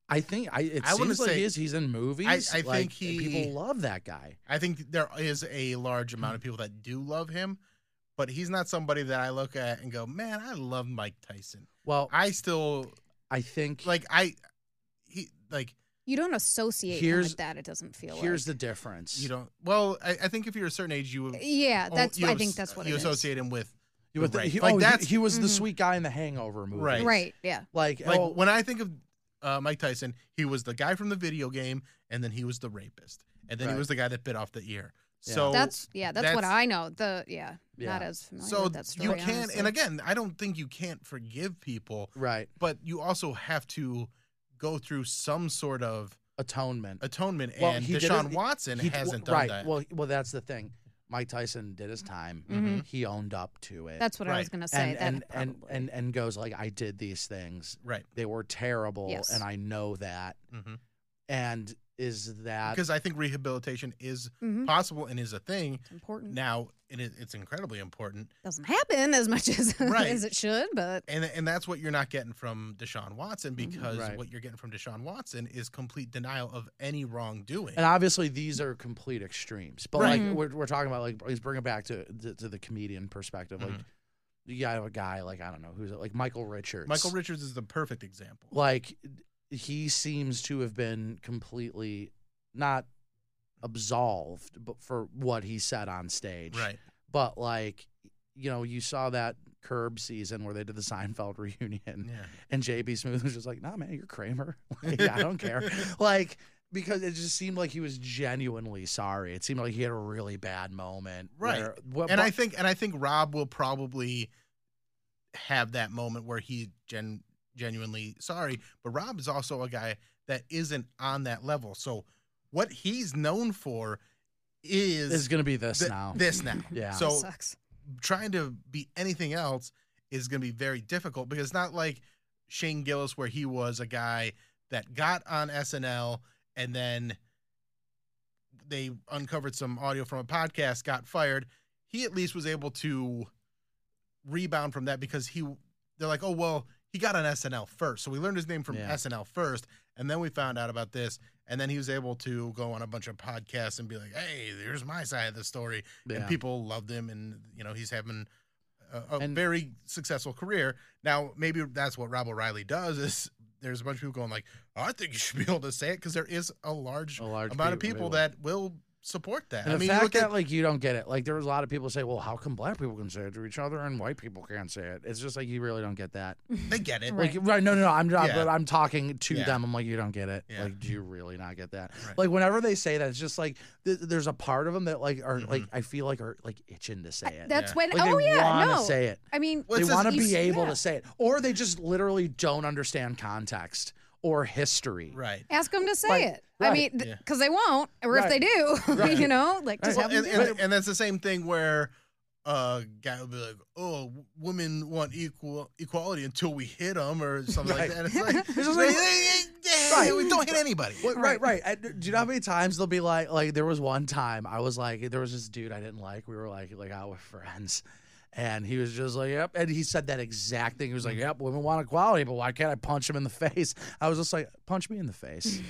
Speaker 3: I think I. It
Speaker 2: I wouldn't
Speaker 3: seems like
Speaker 2: say-
Speaker 3: he is. He's in movies.
Speaker 2: I
Speaker 3: like,
Speaker 2: think he-
Speaker 3: and people love that guy.
Speaker 2: I think there is a large amount of
Speaker 4: Mm.
Speaker 2: people that do love him, but he's not somebody that I look at and go, "Man, I love Mike Tyson."
Speaker 3: Well,
Speaker 2: I still,
Speaker 3: I think,
Speaker 2: like I, he like
Speaker 4: You don't associate him
Speaker 2: Here's-
Speaker 4: with that. It doesn't feel.
Speaker 3: Here's the difference.
Speaker 2: you don't. Well, I, I think if you're a certain age, you would.
Speaker 4: Yeah,
Speaker 2: oh,
Speaker 4: that's-
Speaker 2: you
Speaker 4: I
Speaker 2: as-
Speaker 4: think that's what
Speaker 2: you
Speaker 4: it is.
Speaker 2: associate him with.
Speaker 3: You
Speaker 2: the
Speaker 3: would think
Speaker 2: rape.
Speaker 3: he,
Speaker 2: like
Speaker 3: oh, he-
Speaker 2: that's Mm-hmm.
Speaker 3: he, was the
Speaker 4: Mhm.
Speaker 3: sweet guy in the Hangover movie.
Speaker 2: Right.
Speaker 4: Right. Yeah.
Speaker 3: Like,
Speaker 2: like
Speaker 3: oh,
Speaker 2: when I think of uh, Mike Tyson, he was the guy from the video game, and then he was the rapist, and then
Speaker 3: Right.
Speaker 2: he was the guy that bit off the ear.
Speaker 3: Yeah.
Speaker 2: So
Speaker 4: that's yeah. That's, what I know. The yeah. Not
Speaker 2: Yeah.
Speaker 4: as familiar
Speaker 2: So
Speaker 4: with that story.
Speaker 2: you can,
Speaker 4: honestly.
Speaker 2: and again, I don't think you can't forgive people,
Speaker 3: right?
Speaker 2: But you also have to go through some sort of
Speaker 3: atonement.
Speaker 2: Atonement,
Speaker 3: Well,
Speaker 2: and
Speaker 3: he did
Speaker 2: Deshaun
Speaker 3: his-
Speaker 2: Watson
Speaker 3: he-
Speaker 2: hasn't
Speaker 3: well,
Speaker 2: done
Speaker 3: right.
Speaker 2: that.
Speaker 3: Well, well, that's the thing. Mike Tyson did his time.
Speaker 4: Mhm.
Speaker 3: He owned up to it.
Speaker 4: That's what I was Right. gonna say,
Speaker 3: And
Speaker 4: that
Speaker 3: and, and and and goes like, I did these things.
Speaker 2: Right.
Speaker 3: They were terrible,
Speaker 2: Yes.
Speaker 3: and I know that.
Speaker 2: Mhm.
Speaker 3: And is that
Speaker 2: because I think rehabilitation is
Speaker 3: Mm-hmm.
Speaker 4: Mhm.
Speaker 2: possible and is a thing. It's
Speaker 4: important
Speaker 2: now, and it, it's incredibly important.
Speaker 4: doesn't happen as much as
Speaker 2: Right.
Speaker 4: as it should, but
Speaker 2: And and that's what you're not getting from Deshaun Watson because
Speaker 3: Mm-hmm, Right.
Speaker 2: what you're getting from Deshaun Watson is complete denial of any wrongdoing.
Speaker 3: And obviously, these are complete extremes. But
Speaker 2: Right.
Speaker 4: Mm-hmm.
Speaker 3: like
Speaker 2: Mhm.
Speaker 3: we're, we're talking about, like let's bring it back to to, to the comedian perspective. Like
Speaker 2: Mhm.
Speaker 3: you have a guy like I don't know who's like Michael Richards.
Speaker 2: Michael Richards is the perfect example.
Speaker 3: Like he seems to have been completely not absolved, but for what he said on stage.
Speaker 2: Right.
Speaker 3: But like you know, you saw that Curb season where they did the Seinfeld reunion,
Speaker 2: Yeah.
Speaker 3: and JB Smooth was just like, "Nah, man, you're Kramer. Like, I don't care." like because it just seemed like he was genuinely sorry. It seemed like he had a really bad moment.
Speaker 2: Right.
Speaker 3: where- wha-
Speaker 2: and I
Speaker 3: but-
Speaker 2: think and I think Rob will probably have that moment where he's gen genuinely sorry. But Rob is also a guy that isn't on that level. So what he's known for is
Speaker 3: Is gonna be this
Speaker 2: thi-
Speaker 3: now.
Speaker 2: This now.
Speaker 3: Yeah.
Speaker 2: So
Speaker 4: Sucks.
Speaker 2: trying to be anything else is gonna be very difficult because it's not like Shane Gillis where he was a guy that got on SNL and then they uncovered some audio from a podcast, got fired. He at least was able to rebound from that because he they're like, oh well, he got on SNL first, so we learned his name from
Speaker 3: Yeah.
Speaker 2: SNL first, and then we found out about this, and then he was able to go on a bunch of podcasts and be like, hey, here's my side of the story, and
Speaker 3: Yeah.
Speaker 2: people loved him, and you know he's having a, a
Speaker 3: And-
Speaker 2: very successful career. Now maybe that's what Rob O'Reilly does is. There's a bunch of people going like, "Oh, I think you should be able to say it because there is a large, amount of
Speaker 3: pe-
Speaker 2: people
Speaker 3: people.
Speaker 2: that will support that.
Speaker 3: And
Speaker 2: I
Speaker 3: the
Speaker 2: mean,
Speaker 3: fact
Speaker 2: look
Speaker 3: that
Speaker 2: at
Speaker 3: like you don't get it, like there was a lot of people say, "Well, how come black people can say it to each other and white people can't say it?" It's just like you really don't get that.
Speaker 2: they get it.
Speaker 3: Like right, no, no, no. I'm not.
Speaker 2: Yeah.
Speaker 3: But I'm talking to
Speaker 2: Yeah.
Speaker 3: them. I'm like, you don't get it.
Speaker 2: Yeah.
Speaker 3: Like, do you really not get that?
Speaker 2: Right.
Speaker 3: Like, whenever they say that, it's just like th- there's a part of them that like are like
Speaker 2: Mm-hmm.
Speaker 3: I feel like are like itching to say it.
Speaker 4: that's when.
Speaker 3: Like,
Speaker 4: oh
Speaker 3: they
Speaker 4: yeah,
Speaker 3: wanna
Speaker 4: no.
Speaker 3: say it.
Speaker 4: I mean,
Speaker 3: they want to be able
Speaker 4: yeah.
Speaker 3: to say it, or they just literally don't understand context or history.
Speaker 2: Right.
Speaker 4: Ask them to say
Speaker 3: Like,
Speaker 4: it. I
Speaker 3: right.
Speaker 4: mean,
Speaker 3: Yeah.
Speaker 4: because they won't, or if they do,
Speaker 2: Right.
Speaker 4: you know, like just
Speaker 2: Well,
Speaker 4: have them
Speaker 2: and,
Speaker 4: do
Speaker 2: and,
Speaker 4: it.
Speaker 2: and that's the same thing where a guy will be like, "Oh, women want equal equality until we hit them" or something
Speaker 3: Right.
Speaker 2: like that. It's like,
Speaker 3: It's just like-
Speaker 2: yeah, we don't hit anybody.
Speaker 3: Well, Right, right. And do you know how many times they'll be like, like there was one time I was like, there was this dude I didn't like. We were like, like out with friends, and he was just like, yep. And he said that exact thing. He
Speaker 2: Mm.
Speaker 3: was like, yep, women want equality, but why can't I punch him in the face? I was just like, punch me in the face.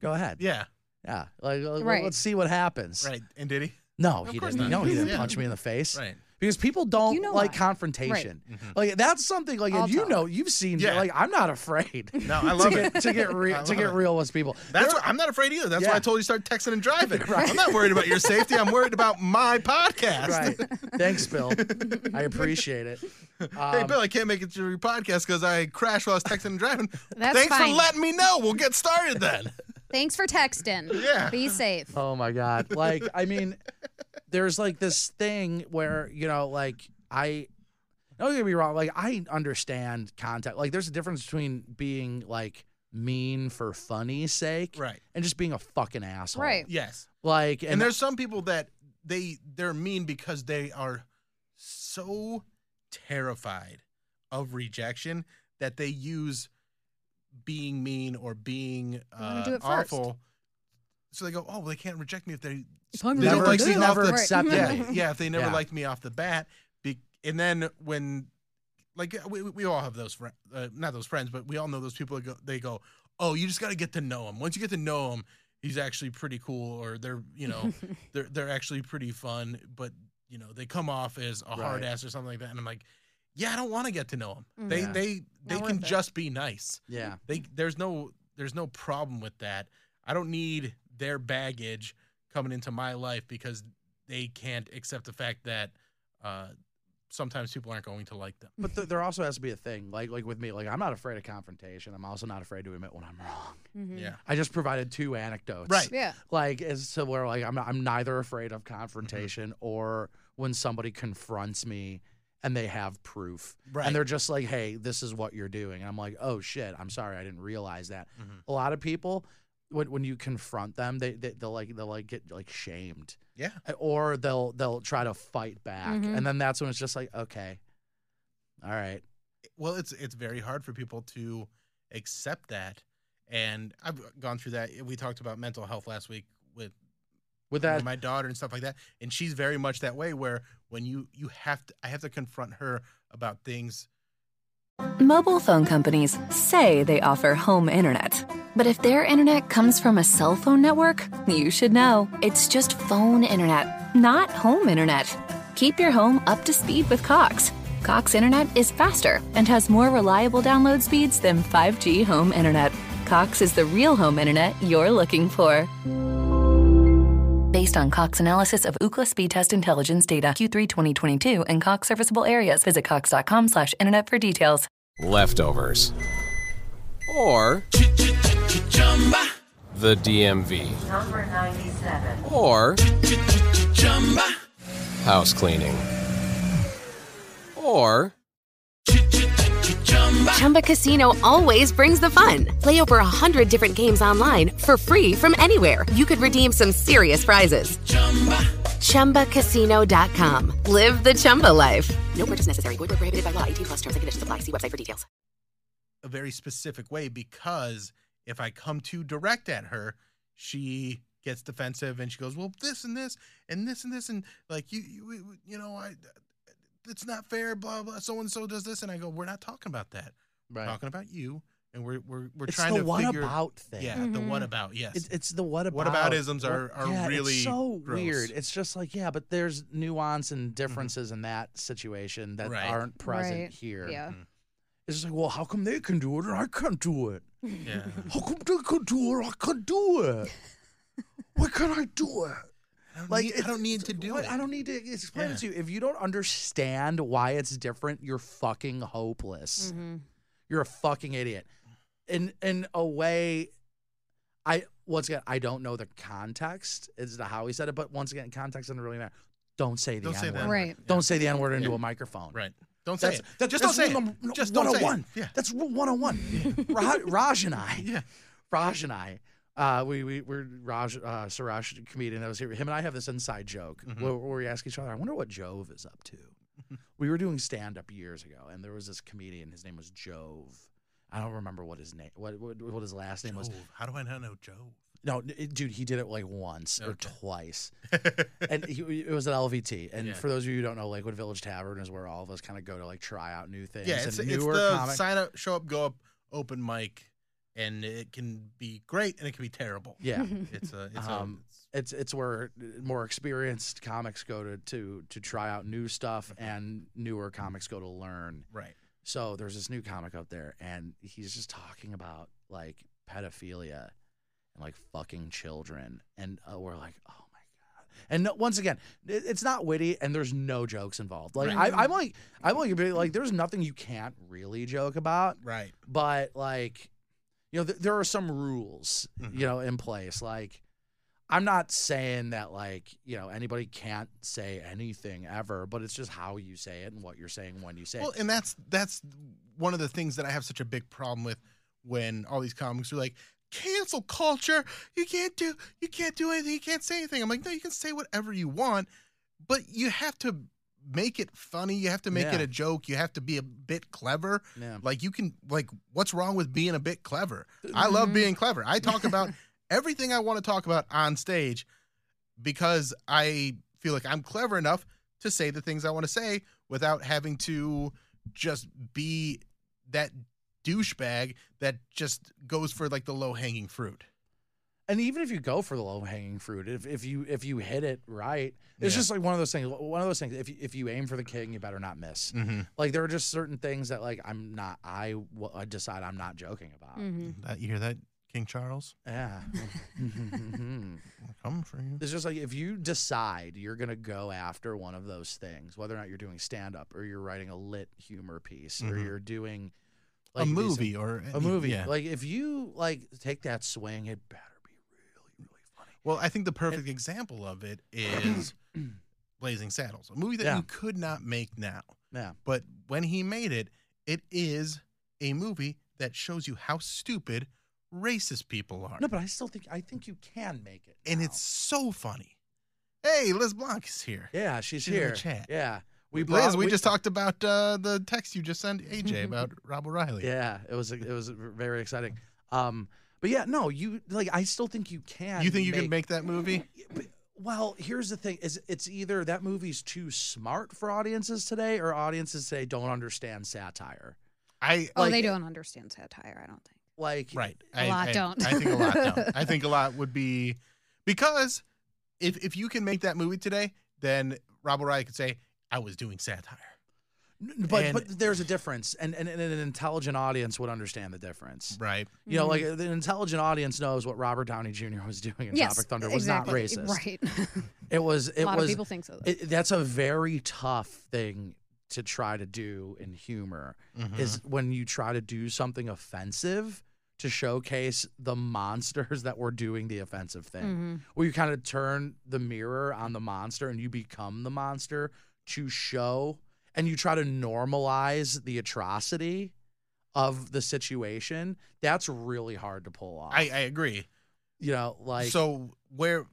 Speaker 3: Go ahead.
Speaker 2: Yeah.
Speaker 3: Yeah. Like, like,
Speaker 2: Right.
Speaker 3: let's see what happens.
Speaker 2: Right. And did he?
Speaker 3: No,
Speaker 2: Of
Speaker 3: he
Speaker 2: course
Speaker 3: didn't.
Speaker 2: not.
Speaker 3: No, he didn't
Speaker 2: Yeah.
Speaker 3: punch me in the face.
Speaker 2: Right.
Speaker 3: Because people don't
Speaker 2: know
Speaker 3: like
Speaker 2: why.
Speaker 3: confrontation.
Speaker 2: Right. Mhm.
Speaker 3: Like that's something like
Speaker 2: All
Speaker 3: if you
Speaker 2: talk.
Speaker 3: know you've seen
Speaker 2: Yeah.
Speaker 3: like I'm not afraid.
Speaker 2: No, I
Speaker 3: to
Speaker 2: love
Speaker 3: get-
Speaker 2: it.
Speaker 3: to get
Speaker 2: I
Speaker 3: real to
Speaker 2: love
Speaker 3: get
Speaker 2: it.
Speaker 3: real with people.
Speaker 2: That's
Speaker 3: There-
Speaker 2: why, I'm not afraid either. That's why
Speaker 3: Yeah.
Speaker 2: I told you to start texting and driving.
Speaker 3: Right.
Speaker 2: I'm not worried about your safety. I'm worried about my podcast.
Speaker 3: Right. Thanks, Bill. I appreciate it.
Speaker 2: hey,
Speaker 3: Um,
Speaker 2: Bill, I can't make it to your podcast because I crashed while I was texting and driving.
Speaker 4: That's
Speaker 2: Thanks
Speaker 4: fine.
Speaker 2: for letting me know. We'll get started then.
Speaker 4: Thanks for texting.
Speaker 2: Yeah.
Speaker 4: Be safe.
Speaker 3: Oh my god. Like I mean there's like this thing where, you know, like I don't get me wrong. Like I understand contact. Like there's a difference between being like mean for funny's sake,
Speaker 2: Right.
Speaker 3: and just being a fucking asshole,
Speaker 4: Right.
Speaker 2: Yes.
Speaker 3: Like,
Speaker 2: And, there's some people that they they're mean because they are so terrified of rejection that they use being mean or being
Speaker 4: wanna
Speaker 2: uh,
Speaker 4: do it first.
Speaker 2: awful. So they go, oh, well, they can't reject me if they,
Speaker 4: If
Speaker 2: they
Speaker 4: I'm
Speaker 2: don't
Speaker 3: never-
Speaker 2: like
Speaker 3: they
Speaker 2: me
Speaker 3: never
Speaker 2: off the,
Speaker 3: accepted
Speaker 2: yeah,
Speaker 3: me.
Speaker 2: yeah, if they never
Speaker 3: Yeah.
Speaker 2: liked me off the bat. Be- and then when, like, we, we- we all have those friends, uh, not those friends, but we all know those people. That go, they go, oh, you just got to get to know him. Once you get to know him, he's actually pretty cool, or they're, you know, they're they're actually pretty fun, but you know, they come off as a hard
Speaker 3: Right.
Speaker 2: ass or something like that. And I'm like, yeah, I don't want to get to know them.
Speaker 4: Mhm.
Speaker 2: They
Speaker 4: Yeah.
Speaker 2: they they
Speaker 4: Not
Speaker 2: can
Speaker 4: worth it.
Speaker 2: just be nice.
Speaker 3: yeah.
Speaker 2: They there's no there's no problem with that. I don't need their baggage coming into my life because they can't accept the fact that uh, sometimes people aren't going to like them.
Speaker 3: But th- there also has to be a thing, like like with me, like I'm not afraid of confrontation. I'm also not afraid to admit when I'm wrong.
Speaker 2: Yeah.
Speaker 3: I just provided two anecdotes,
Speaker 2: Right.
Speaker 4: Mm-hmm. Yeah.
Speaker 3: Like as to where like I'm I'm neither afraid
Speaker 2: Mm-hmm.
Speaker 3: of confrontation or when somebody confronts me and they have proof,
Speaker 2: Right.
Speaker 3: And they're just like, "Hey, this is what you're doing," and I'm like, "Oh shit, I'm sorry, I didn't realize that."
Speaker 2: Mhm.
Speaker 3: A lot of people, when when you confront them, they, they they'll like they'll like get like shamed
Speaker 2: Yeah.
Speaker 3: or they'll they'll try to fight back
Speaker 4: Mhm.
Speaker 3: and then that's when it's just like okay all right
Speaker 2: well it's it's very hard for people to accept that and i've gone through that we talked about mental health last week with
Speaker 3: with
Speaker 2: you know,
Speaker 3: that
Speaker 2: my daughter and stuff like that and she's very much that way where when you you have to i have to confront her about things
Speaker 9: Mobile phone companies say they offer home internet. But if their internet comes from a cell phone network, you should know. It's just phone internet, not home internet. Keep your home up to speed with Cox. Cox internet is faster and has more reliable download speeds than 5G home internet. Cox is the real home internet you're looking for. Based on Cox analysis of Ookla speed test intelligence data Q3 2022 and Cox serviceable areas, visit cox.com/internet slash internet for details.
Speaker 5: Leftovers. Or the DMV.
Speaker 16: Number 97.
Speaker 5: Or house cleaning. Or
Speaker 10: Chumba Casino always brings the fun. Play over a hundred different games online for free from anywhere. You could redeem some serious prizes. ChumbaCasino.com. Live the Chumba life. No purchase necessary. Void where prohibited by law. 18 plus terms and conditions apply. See website for details.
Speaker 2: a very specific way because if i come too direct at her she gets defensive and she goes well this and this and this and this and like you you, you know i uh, it's not fair blah blah so and so does this and i go we're not talking about that
Speaker 3: right
Speaker 2: talking about you, and we're we're we're
Speaker 3: It's
Speaker 2: trying
Speaker 3: the
Speaker 2: to
Speaker 3: what
Speaker 2: figure
Speaker 3: about thing.
Speaker 2: Yeah, the what
Speaker 3: Mhm.
Speaker 2: about yes.
Speaker 3: it's, it's the what about
Speaker 2: What aboutisms
Speaker 3: what-
Speaker 2: are- are
Speaker 3: yeah,
Speaker 2: really
Speaker 3: it's so
Speaker 2: gross. Mm-hmm.
Speaker 3: weird it's just like yeah but there's nuance and differences in that situation that
Speaker 2: Right.
Speaker 3: aren't present
Speaker 4: Right.
Speaker 3: here
Speaker 4: Yeah.
Speaker 3: it's just like well how come they can do it and i can't do it
Speaker 2: yeah.
Speaker 3: how come they can do it i can't do it why can't i do it
Speaker 2: I don't
Speaker 3: like,
Speaker 2: need, I
Speaker 3: it's-
Speaker 2: don't need to do
Speaker 3: What?
Speaker 2: it.
Speaker 3: I don't need to explain
Speaker 2: Yeah.
Speaker 3: it to you. If you don't understand why it's different, you're fucking hopeless. You're a fucking idiot. In in a way, I once again I don't know the context as to how he said it, but once again, context doesn't really matter. Don't say the
Speaker 2: Don't say
Speaker 3: N
Speaker 2: the
Speaker 3: word.
Speaker 2: N-word. Right.
Speaker 3: Don't say the N word into
Speaker 2: Yeah.
Speaker 3: a microphone.
Speaker 2: Right. Don't say
Speaker 3: That's,
Speaker 2: it.
Speaker 3: that,
Speaker 2: Just
Speaker 3: that's
Speaker 2: don't say
Speaker 3: rule
Speaker 2: it.
Speaker 3: num-
Speaker 2: Just don't say it.
Speaker 3: 101.
Speaker 2: Yeah.
Speaker 3: That's rule 101. Ra- Raj and I.
Speaker 2: Yeah.
Speaker 3: Raj and I. Uh, we we we're Raj uh, Siraj comedian that was here. Him and I have this inside joke
Speaker 2: Mm-hmm.
Speaker 3: where, where we ask each other, "I wonder what Jove is up to." we were doing stand up years ago, and there was this comedian. His name was Jove. I don't remember what his name, what what, what his last name was.
Speaker 2: Jove. How do I not know Joe?
Speaker 3: No, n- it- dude, he did it like once or
Speaker 2: Okay.
Speaker 3: twice, and he, it was at LVT. And
Speaker 2: Yeah.
Speaker 3: for those of you who don't know, Lakewood Village Tavern is where all of us kind of go to like try out new things.
Speaker 2: Yeah, it's,
Speaker 3: and
Speaker 2: it's
Speaker 3: newer
Speaker 2: the
Speaker 3: comic-
Speaker 2: sign up, show up, go up, open mic, and it can be great and it can be terrible.
Speaker 3: Yeah.
Speaker 2: it's a it's
Speaker 3: um, it's it's where more experienced comics go to to to try out new stuff, and newer comics go to learn.
Speaker 2: a right.
Speaker 3: So there's this new comic out there, and he's just talking about like pedophilia and like fucking children, and uh, we're like, oh my god! And no, once again, it, it's not witty, and there's no jokes involved. Like
Speaker 2: Right.
Speaker 3: I, I'm like I'm like a bit like there's nothing you can't really joke about
Speaker 2: Right. Mm-hmm.
Speaker 3: but like you know th- there are some rules you know in place like I'm not saying that like, you know, anybody can't say anything ever, but it's just how you say it and what you're saying when you say
Speaker 2: Well,
Speaker 3: it.
Speaker 2: and that's that's one of the things that I have such a big problem with when all these comics are like cancel culture. You can't do you can't do anything. You can't say anything. I'm like, no, you can say whatever you want, but you have to make it funny. You have to make it
Speaker 3: Yeah.
Speaker 2: a joke. You have to be a bit clever.
Speaker 3: Yeah.
Speaker 2: Like you can like what's wrong with being a bit clever? I love being clever. I talk about everything I want to talk about on stage because I feel like I'm clever enough to say the things I want to say without having to just be that douchebag that just goes for like the low hanging fruit.
Speaker 3: and even if you go for the low hanging fruit, if, if you if you hit it right, it's
Speaker 2: Yeah.
Speaker 3: just like one of those things. One of those things. If you, if you aim for the king, you better not miss.
Speaker 2: Mhm.
Speaker 3: Like there are just certain things that like I'm not. I, will, I decide I'm not joking about.
Speaker 4: Mm. Mm-hmm.
Speaker 2: That you hear that King Charles?
Speaker 3: Yeah. Mm-hmm.
Speaker 2: Coming for you.
Speaker 3: It's just like if you decide you're going to go after one of those things, whether or not you're doing stand up or you're writing a lit humor piece or
Speaker 2: Mhm.
Speaker 3: you're doing
Speaker 2: A
Speaker 3: these-
Speaker 2: movie or
Speaker 3: a
Speaker 2: any-
Speaker 3: movie.
Speaker 2: yeah.
Speaker 3: Like if you like take that swing, it better be
Speaker 2: Well, I think the perfect example of it is Blazing Saddles, a movie that
Speaker 3: Yeah.
Speaker 2: you could not make now.
Speaker 3: Yeah.
Speaker 2: But when he made it, it is a movie that shows you how stupid racist people are.
Speaker 3: No, but I still think I think you can make it.
Speaker 2: and it's so funny. Hey, Liz Blanc is here.
Speaker 3: Yeah, she's,
Speaker 2: She's in the
Speaker 3: here.
Speaker 2: chat.
Speaker 3: Yeah. We
Speaker 2: Liz,
Speaker 3: brought-
Speaker 2: we, just talked about uh, the text you just sent AJ about Rob O'Reilly.
Speaker 3: Yeah, it was it was very exciting. Um but yeah, no, you like I still think you can.
Speaker 2: You think you can make that movie?
Speaker 3: Well, here's the thing: is it's either that movie's too smart for audiences today, or audiences today don't understand satire.
Speaker 2: I
Speaker 4: Oh, they don't understand satire. I don't think.
Speaker 3: like
Speaker 2: right.
Speaker 4: A lot don't.
Speaker 2: I think a lot don't. I think a lot would be because if if you can make that movie today, then Rob O'Reilly could say I was doing satire.
Speaker 3: But
Speaker 2: And-
Speaker 3: but there's a difference, and, and and an intelligent audience would understand the difference.
Speaker 2: Right.
Speaker 3: You know,
Speaker 4: Mm-hmm.
Speaker 3: like the intelligent audience knows what Robert Downey Jr. was doing in
Speaker 4: yes,
Speaker 3: Tropic Thunder was
Speaker 4: exactly.
Speaker 3: not racist.
Speaker 4: Right.
Speaker 3: It was. It
Speaker 4: lot of
Speaker 3: was.
Speaker 4: people think so, though.
Speaker 3: it- that's a very tough thing to try to do in humor.
Speaker 2: Mm-hmm.
Speaker 3: Is when you try to do something offensive to showcase the monsters that were doing the offensive thing,
Speaker 4: Mhm.
Speaker 3: where you kind of turn the mirror on the monster and you become the monster to show, and you try to normalize the atrocity of the situation. That's really hard to pull off.
Speaker 2: I, I agree.
Speaker 3: you know, like
Speaker 2: so where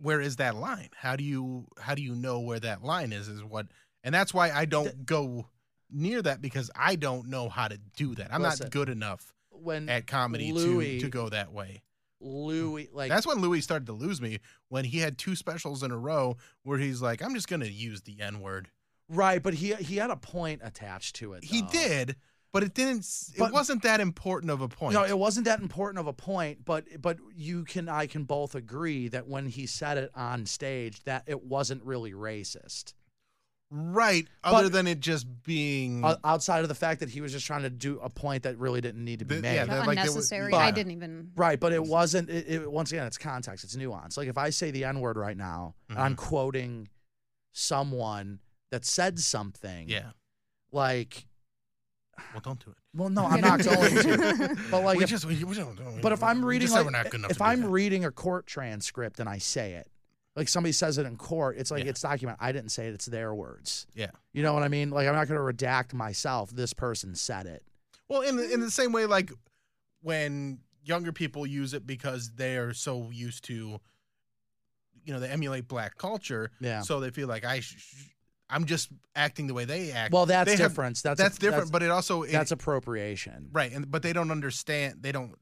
Speaker 2: where is that line? How do you how do you know where that line is? Is what and that's why I don't go near that because I don't know how to do that. I'm
Speaker 3: Listen,
Speaker 2: not good enough
Speaker 3: when
Speaker 2: at comedy
Speaker 3: Louis-
Speaker 2: to to go that way.
Speaker 3: Louis, like
Speaker 2: that's when Louis started to lose me when he had two specials in a row where he's like, I'm just gonna use the N word.
Speaker 3: Right, but he he had a point attached to it.
Speaker 2: He
Speaker 3: though.
Speaker 2: did, but it didn't. s- It
Speaker 3: But-
Speaker 2: wasn't that important of a point.
Speaker 3: No, it wasn't that important of a point, but but you can I can both agree that when he said it on stage that it wasn't really racist.
Speaker 2: right.
Speaker 3: but- Uh,
Speaker 2: Other than it just being
Speaker 3: O- outside of the fact that he was just trying to do a point that really didn't need to be
Speaker 2: The-
Speaker 3: made.
Speaker 2: yeah, the- like, they were-
Speaker 4: Unnecessary.
Speaker 3: but-
Speaker 4: I didn't even.
Speaker 3: Right, but it wasn't. It, it, once again, it's context, it's nuance. Like if I say the N word right now, and I'm quoting someone that said something.
Speaker 2: yeah.
Speaker 3: Like,
Speaker 2: Well, don't do it.
Speaker 3: well, no, I'm not going to. But like,
Speaker 2: we
Speaker 3: if-
Speaker 2: just we, we don't, we
Speaker 3: But if I'm
Speaker 2: we
Speaker 3: reading,
Speaker 2: just said
Speaker 3: like,
Speaker 2: we're not good enough
Speaker 3: if
Speaker 2: to do
Speaker 3: I'm
Speaker 2: that.
Speaker 3: reading a court transcript and I say it, like somebody says it in court, it's like
Speaker 2: Yeah.
Speaker 3: it's documented. I didn't say it; it's their words.
Speaker 2: yeah.
Speaker 3: You know what I mean? Like I'm not going to redact myself. This person said it.
Speaker 2: Well, in the, in
Speaker 3: Mm.
Speaker 2: the same way, like when younger people use it because they are so used to, you know, they emulate black culture.
Speaker 3: Yeah.
Speaker 2: So they feel like I, sh- sh- I'm just acting the way they act.
Speaker 3: Well, that's
Speaker 2: They have-
Speaker 3: difference. That's a-
Speaker 2: that's different.
Speaker 3: that's-
Speaker 2: but it also it,
Speaker 3: That's appropriation,
Speaker 2: right, and but they don't understand. They don't.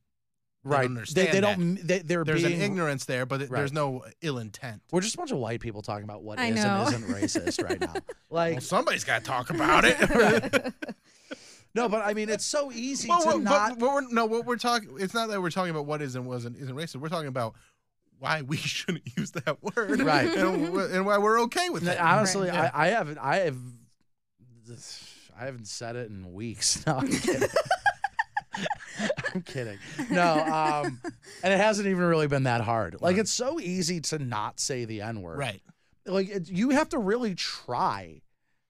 Speaker 2: They
Speaker 3: right?
Speaker 2: Don't
Speaker 3: they,
Speaker 2: understand
Speaker 3: they don't.
Speaker 2: that.
Speaker 3: m- They, they're
Speaker 2: There's
Speaker 3: being.
Speaker 2: an ignorance there, but th-
Speaker 3: Right.
Speaker 2: there's no ill intent.
Speaker 3: We're just a bunch of white people talking about what
Speaker 4: I
Speaker 3: is
Speaker 4: know.
Speaker 3: and isn't racist right now. Like
Speaker 2: Well, somebody's got to talk about it.
Speaker 3: no, but I mean it's so easy
Speaker 2: Well,
Speaker 3: to
Speaker 2: well, but
Speaker 3: not.
Speaker 2: what we're, no, what we're talking. It's not that we're talking about what is and wasn't isn't racist. We're talking about why we shouldn't use that word,
Speaker 3: Right.
Speaker 2: And, wh- and why we're okay with
Speaker 3: No,
Speaker 2: it.
Speaker 3: Honestly,
Speaker 2: Yeah.
Speaker 3: I, I haven't. I have. I haven't said it in weeks. No, I'm kidding. I'm kidding. No, um, and it hasn't even really been that hard. Like it's so easy to not say the N word.
Speaker 2: right.
Speaker 3: Like it, you have to really try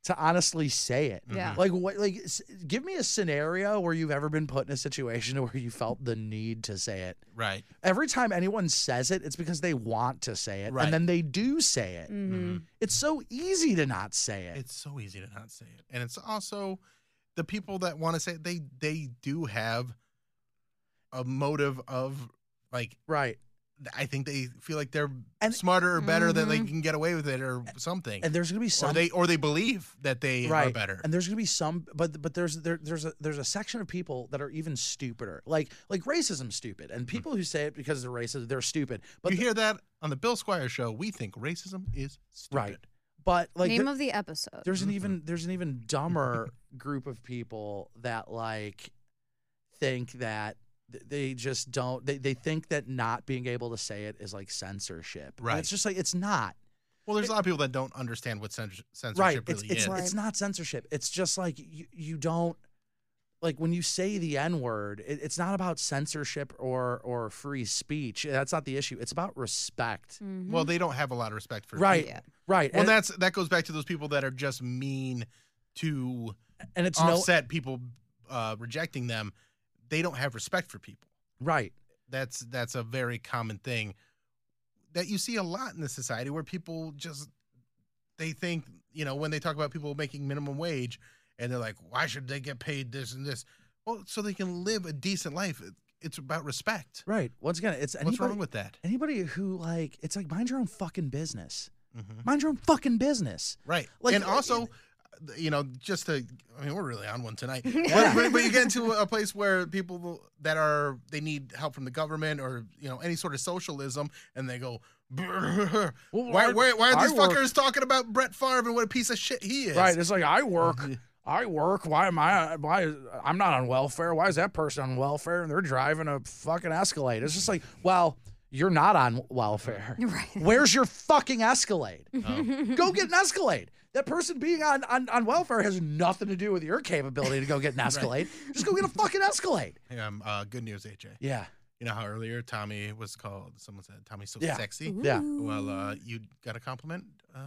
Speaker 3: to honestly say it.
Speaker 4: Yeah.
Speaker 3: Like what? Like, s- give me a scenario where you've ever been put in a situation where you felt the need to say it.
Speaker 2: Right.
Speaker 3: Every time anyone says it, it's because they want to say it,
Speaker 2: Right.
Speaker 3: and then they do say it.
Speaker 4: Mm-hmm.
Speaker 2: Mhm.
Speaker 3: It's so easy to not say it.
Speaker 2: It's so easy to not say it. And it's also the people that want to say it, they they do have a motive of like
Speaker 3: right.
Speaker 2: I think they feel like they're smarter or better than they can get away with it or something.
Speaker 3: and there's gonna be some-
Speaker 2: or they or they believe that they are better.
Speaker 3: And there's gonna be some, but but there's there, there's a there's a section of people that are even stupider, like like racism stupid, and people who say it because they're racist, they're stupid. But
Speaker 2: Hmm. you hear that on the Bill Squire show? We think racism is stupid. Mm-hmm.
Speaker 3: right, but like
Speaker 4: Name
Speaker 3: there-
Speaker 4: of the episode.
Speaker 3: there's an even there's an even dumber group of people that like think that th- they just don't they, they think that not being able to say it is like censorship And
Speaker 2: Right.
Speaker 3: it's just like it's not
Speaker 2: Well, there's a lot of people that don't understand what censor- censorship
Speaker 3: right it's,
Speaker 2: really
Speaker 3: it's,
Speaker 2: is.
Speaker 3: it's not censorship it's just like you, you don't like when you say the n word it, it's not about censorship or or free speech that's not the issue it's about
Speaker 4: Mm.
Speaker 3: respect
Speaker 4: Mm-hmm.
Speaker 2: Well, they don't have a lot of respect for
Speaker 3: right
Speaker 2: people.
Speaker 3: right
Speaker 2: Well,
Speaker 3: and,
Speaker 2: that's that goes back to those people that are just mean to
Speaker 3: and it's no
Speaker 2: offset people uh, rejecting them. They don't have respect for people.
Speaker 3: right
Speaker 2: That's that's a very common thing that you see a lot in the society where people just they think you know when they talk about people making minimum wage and they're like, why should they get paid this and this? Well, so they can live a decent life. It- It's about respect.
Speaker 3: right once again it's
Speaker 2: What's
Speaker 3: anybody-
Speaker 2: wrong with that?
Speaker 3: anybody who like it's like mind your own fucking business
Speaker 2: Mm-hmm.
Speaker 3: mind your own fucking business
Speaker 2: Right.
Speaker 3: Like-
Speaker 2: and
Speaker 3: like-
Speaker 2: also, you know, just to, I mean, we're really on one tonight. But, but, but you get into a place where people that are, they need help from the government or, you know, any sort of socialism, and they go, why, why,
Speaker 3: I-
Speaker 2: why
Speaker 3: I
Speaker 2: are these
Speaker 3: work-
Speaker 2: fuckers talking about Brett Favre and what a piece of shit he is?
Speaker 3: Right. It's like I work. I work. Why am I? Why is- I'm not on welfare? Why is that person on welfare and they're driving a fucking Escalade? It's just like, well, you're not on welfare.
Speaker 4: Right.
Speaker 3: Where's your fucking Escalade?
Speaker 2: Oh.
Speaker 3: Go get an Escalade. That person being on, on on welfare has nothing to do with your capability to go get an Escalade. Just go get a fucking Escalade.
Speaker 2: Hey, um, uh, good news, AJ.
Speaker 3: Yeah.
Speaker 2: You know how earlier Tommy was called, someone said, Tommy's so
Speaker 3: Yeah.
Speaker 2: sexy.
Speaker 3: Yeah.
Speaker 2: Well, uh, you got a compliment uh,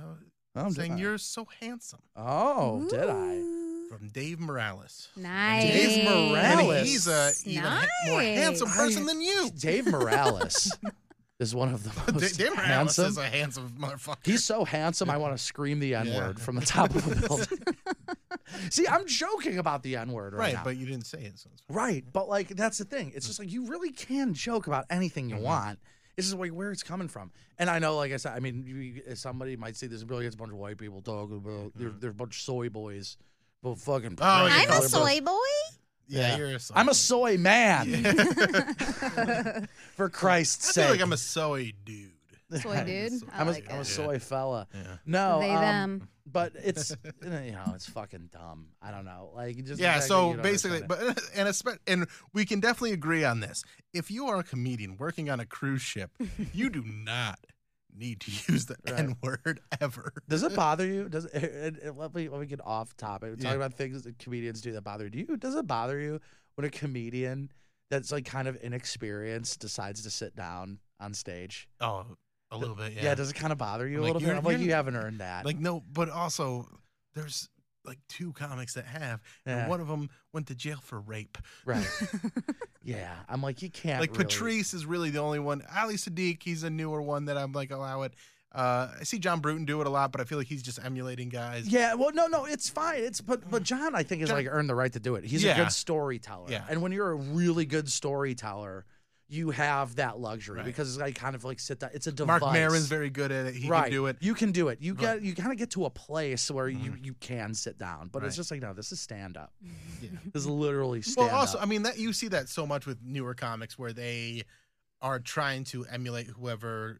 Speaker 3: Oh, did
Speaker 2: saying
Speaker 3: I?
Speaker 2: you're so handsome
Speaker 3: Oh, did I?
Speaker 2: from Dave Morales.
Speaker 4: Nice.
Speaker 3: Dave Morales.
Speaker 2: And he's a even ha- more handsome
Speaker 4: Nice.
Speaker 2: person than you.
Speaker 3: Dave Morales is one of the
Speaker 2: D-
Speaker 3: most
Speaker 2: Dave Morales
Speaker 3: handsome.
Speaker 2: is a handsome motherfucker.
Speaker 3: He's so handsome, I want to scream the N word from the top of the building. See, I'm joking about the N word right,
Speaker 2: right,
Speaker 3: now.
Speaker 2: but you didn't say it. So it's fine.
Speaker 3: right, but like that's the thing. It's just like you really can joke about anything
Speaker 2: Mm-hmm.
Speaker 3: you want. This is like where it's coming from. And I know, like I said, I mean, you, somebody might see this and be like, it's a bunch of white people talking about, they're, they're a bunch of soy boys. But fucking,
Speaker 2: Mm-hmm. Oh, yeah.
Speaker 4: I'm a
Speaker 2: Color
Speaker 4: soy boy.
Speaker 2: Yeah, you're a soy.
Speaker 3: I'm a soy man. For
Speaker 2: I
Speaker 3: Christ's
Speaker 2: feel
Speaker 3: sake,
Speaker 2: like I'm a soy dude.
Speaker 4: Soy dude. I
Speaker 3: I'm a,
Speaker 4: like
Speaker 3: am a
Speaker 4: it.
Speaker 3: soy fella.
Speaker 2: Yeah.
Speaker 3: No,
Speaker 4: They,
Speaker 3: um,
Speaker 4: them.
Speaker 3: But it's you know it's fucking dumb. I don't know. Like just the
Speaker 2: yeah,
Speaker 3: fact that you
Speaker 2: so
Speaker 3: don't
Speaker 2: basically,
Speaker 3: understand it.
Speaker 2: but and espe- and we can definitely agree on this. If you are a comedian working on a cruise ship, you do not need to use the
Speaker 3: Right.
Speaker 2: N word ever.
Speaker 3: does it bother you? Does it, it, it- let me let me get off topic. We're
Speaker 2: Yeah.
Speaker 3: talking about things that comedians do that bother you. Do you. Does it bother you when a comedian that's like kind of inexperienced decides to sit down on stage?
Speaker 2: Oh, a little bit. Yeah.
Speaker 3: does it kind of bother you a
Speaker 2: I'm like,
Speaker 3: little bit?
Speaker 2: you're-
Speaker 3: I'm like,
Speaker 2: you're-
Speaker 3: you haven't earned that.
Speaker 2: Like no, but also there's like two comics that have,
Speaker 3: Yeah.
Speaker 2: and one of them went to jail for rape.
Speaker 3: right? yeah, I'm like, you can't.
Speaker 2: like
Speaker 3: really-
Speaker 2: Patrice is really the only one. Ali Sadiq, he's a newer one that I'm like allow it. Uh, I see John Bruton do it a lot, but I feel like he's just emulating guys.
Speaker 3: Yeah, well, no, no, it's fine. It's but but John, I think, has
Speaker 2: John-
Speaker 3: like earned the right to do it. He's a
Speaker 2: Yeah.
Speaker 3: good storyteller,
Speaker 2: Yeah.
Speaker 3: and when you're a really good storyteller, you have that luxury
Speaker 2: Right.
Speaker 3: because it's like kind of like sit down. It's a device.
Speaker 2: Mark Maron's very good at it. He
Speaker 3: right.
Speaker 2: can do it.
Speaker 3: You can do it. You
Speaker 2: Right. Mm-hmm.
Speaker 3: get you kind of get to a place where you you can sit down, but it's
Speaker 2: Right.
Speaker 3: just like no, this is stand up.
Speaker 2: Yeah.
Speaker 3: This is literally stand
Speaker 2: Well,
Speaker 3: up.
Speaker 2: also, I mean that you see that so much with newer comics where they are trying to emulate whoever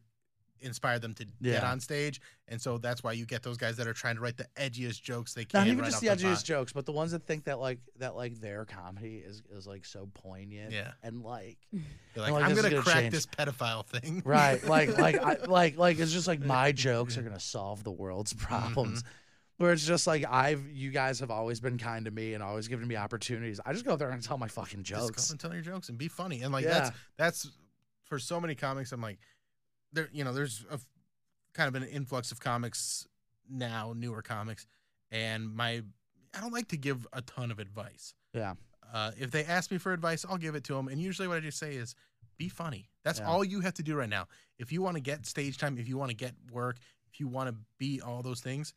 Speaker 2: inspired them to get
Speaker 3: Yeah.
Speaker 2: on stage, and so that's why you get those guys that are trying to write the edgiest jokes they can.
Speaker 3: not even
Speaker 2: right
Speaker 3: just
Speaker 2: off
Speaker 3: the
Speaker 2: the
Speaker 3: edgiest
Speaker 2: bat.
Speaker 3: jokes, but the ones that think that like that like their comedy is is like so poignant,
Speaker 2: Yeah.
Speaker 3: and like
Speaker 2: They're
Speaker 3: and,
Speaker 2: like, I'm
Speaker 3: this is
Speaker 2: gonna, crack
Speaker 3: change."
Speaker 2: this pedophile thing.
Speaker 3: Right. Like like I, like like it's just like my jokes are gonna solve the world's
Speaker 2: Mm-hmm.
Speaker 3: problems. Where it's just like I've you guys have always been kind to me and always given me opportunities. I just go up there and tell my fucking
Speaker 2: Just
Speaker 3: jokes.
Speaker 2: go and tell your jokes and be funny. And like
Speaker 3: Yeah.
Speaker 2: that's that's for so many comics. I'm like, there, you know, there's a f- kind of an influx of comics now, newer comics, and my I don't like to give a ton of advice.
Speaker 3: Yeah.
Speaker 2: Uh, if they ask me for advice, I'll give it to them. And usually, what I just say is, "Be funny." That's
Speaker 3: Yeah.
Speaker 2: all you have to do right now. If you want to get stage time, if you want to get work, if you want to be all those things,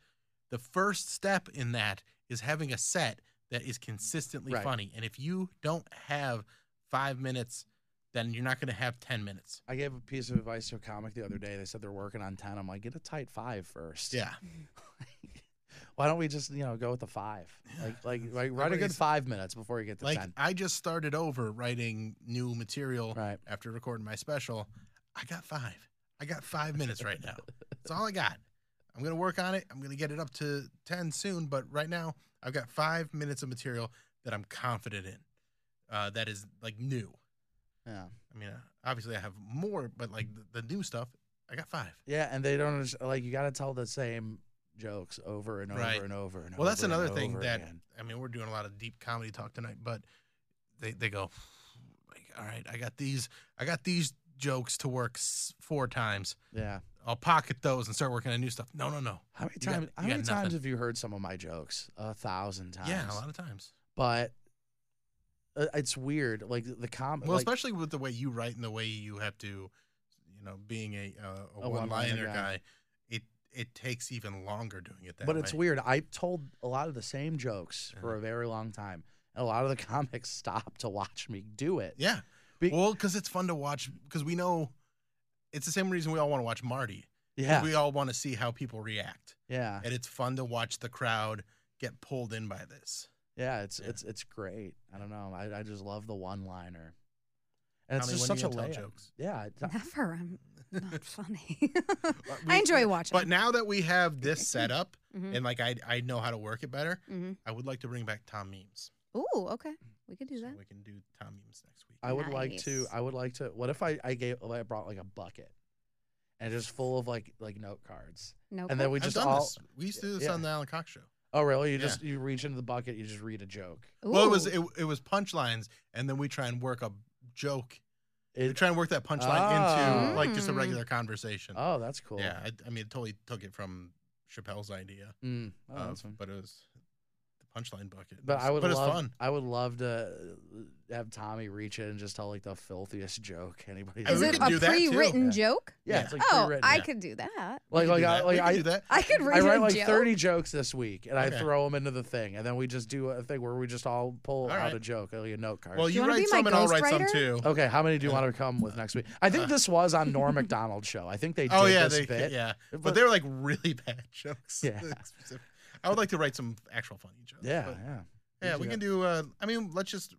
Speaker 2: the first step in that is having a set that is consistently
Speaker 3: Right.
Speaker 2: funny. And if you don't have five minutes, then you're not going to have ten minutes.
Speaker 3: I gave a piece of advice to a comic the other day. They said they're working on 10. I'm like, get a tight five first.
Speaker 2: Yeah.
Speaker 3: Why don't we just, you know, go with the five? Like, like, like write a good
Speaker 2: Nobody's-
Speaker 3: five minutes before you get to
Speaker 2: like
Speaker 3: 10.
Speaker 2: I just started over writing new material after recording my special. I got five. I got five minutes right now. That's all I got. I'm gonna work on it. I'm gonna get it up to ten soon, but right now I've got five minutes of material that I'm confident in. Uh, that is like new.
Speaker 3: Yeah.
Speaker 2: I mean, uh, obviously I have more, but like the, the new stuff, I got five.
Speaker 3: Yeah. And they don't, underst- like, you got to tell the same jokes over and over
Speaker 2: Right.
Speaker 3: and over and over.
Speaker 2: well, that's
Speaker 3: and
Speaker 2: another thing
Speaker 3: over
Speaker 2: that
Speaker 3: again.
Speaker 2: I mean, we're doing a lot of deep comedy talk tonight, but they they go, like, all right, I got these, I got these jokes to work s- four times.
Speaker 3: Yeah.
Speaker 2: I'll pocket those and start working on new stuff. No, no, no.
Speaker 3: How many
Speaker 2: You got-
Speaker 3: times? How
Speaker 2: you got
Speaker 3: many times
Speaker 2: nothing.
Speaker 3: have you heard some of my jokes? A thousand times.
Speaker 2: Yeah, a lot of times.
Speaker 3: But uh, it's weird. Like the com.
Speaker 2: Well,
Speaker 3: like,
Speaker 2: especially with the way you write and the way you have to, you know, being a uh, a,
Speaker 3: A
Speaker 2: one
Speaker 3: one-liner
Speaker 2: liner
Speaker 3: guy.
Speaker 2: guy, it it takes even longer doing it that
Speaker 3: but
Speaker 2: way. Uh-huh.
Speaker 3: it's weird. I told a lot of the same jokes for a very long time, and a lot of the comics stopped to watch me do it.
Speaker 2: Yeah. well, because it's fun to watch because we know it's the same reason we all want to watch Marty. 'cause
Speaker 3: Yeah.
Speaker 2: We all want to see how people react.
Speaker 3: Yeah.
Speaker 2: And it's fun to watch the crowd get pulled in by this.
Speaker 3: Yeah, it's it's it's great. I don't know. I, I just love the one liner. And it's
Speaker 2: Tommy,
Speaker 3: just
Speaker 2: when are
Speaker 3: such
Speaker 2: you
Speaker 3: a
Speaker 2: gonna tell
Speaker 3: layup.
Speaker 2: jokes?
Speaker 3: Yeah. it's not-
Speaker 4: Never. I'm um, not funny. I enjoy watching.
Speaker 2: But now that we have this set up
Speaker 4: Mhm.
Speaker 2: and like I I know how to work it better,
Speaker 4: Mhm.
Speaker 2: I would like to bring back Tom memes.
Speaker 4: Ooh, okay. We could do that.
Speaker 2: We can do Tom memes next week.
Speaker 3: I would like to. I would like to. What if I I gave I brought like a bucket, and just full of like like note cards.
Speaker 4: Note
Speaker 3: And then we
Speaker 2: I've
Speaker 3: just
Speaker 2: done
Speaker 3: all.
Speaker 2: this. we used to do this
Speaker 3: yeah.
Speaker 2: on the Alan Cox show.
Speaker 3: Oh really? You
Speaker 2: Yeah.
Speaker 3: just you reach into the bucket. You just read a joke.
Speaker 2: Well, it was it, it was punchlines, and then we try and work a joke. we try and work that punchline
Speaker 3: Oh.
Speaker 2: into like just a
Speaker 3: Mm.
Speaker 2: regular conversation.
Speaker 3: Oh, that's cool.
Speaker 2: Yeah, I, I mean, it totally took it from Chappelle's idea,
Speaker 3: Mm. Oh,
Speaker 2: of-
Speaker 3: that's fun.
Speaker 2: um, but it was the punchline bucket.
Speaker 3: But I would
Speaker 2: But
Speaker 3: love.
Speaker 2: it's fun.
Speaker 3: I would love to uh, have Tommy reach in and just tell like the filthiest joke anybody.
Speaker 4: Is it a pre-written joke?
Speaker 3: Yeah, it's like
Speaker 4: oh,
Speaker 3: pre-written.
Speaker 4: I
Speaker 3: Yeah.
Speaker 4: could do that.
Speaker 3: Like, like, I, like
Speaker 2: We could
Speaker 3: I
Speaker 2: do that.
Speaker 4: I could
Speaker 3: I
Speaker 4: read
Speaker 3: write
Speaker 4: a
Speaker 3: like
Speaker 4: joke.
Speaker 3: thirty jokes this week, and I
Speaker 2: Okay.
Speaker 3: throw them into the thing, and then we just do a thing where we just all pull
Speaker 2: All
Speaker 3: out
Speaker 2: right.
Speaker 3: a joke, like a note card.
Speaker 2: Well, Do you you wanna write be my some and I'll write some, ghostwriter? too.
Speaker 3: Okay, how many do you want to come with next week? I think this was on Norm Macdonald's show. I think they.
Speaker 2: Uh. oh
Speaker 3: did
Speaker 2: yeah,
Speaker 3: this
Speaker 2: they
Speaker 3: bit.
Speaker 2: yeah, but,
Speaker 3: but-
Speaker 2: they were like really bad jokes.
Speaker 3: Yeah.
Speaker 2: Like, specific- I would like to write some actual funny jokes.
Speaker 3: Yeah,
Speaker 2: but-
Speaker 3: yeah.
Speaker 2: yeah.
Speaker 3: do
Speaker 2: We
Speaker 3: that.
Speaker 2: can do. Uh, I mean, let's just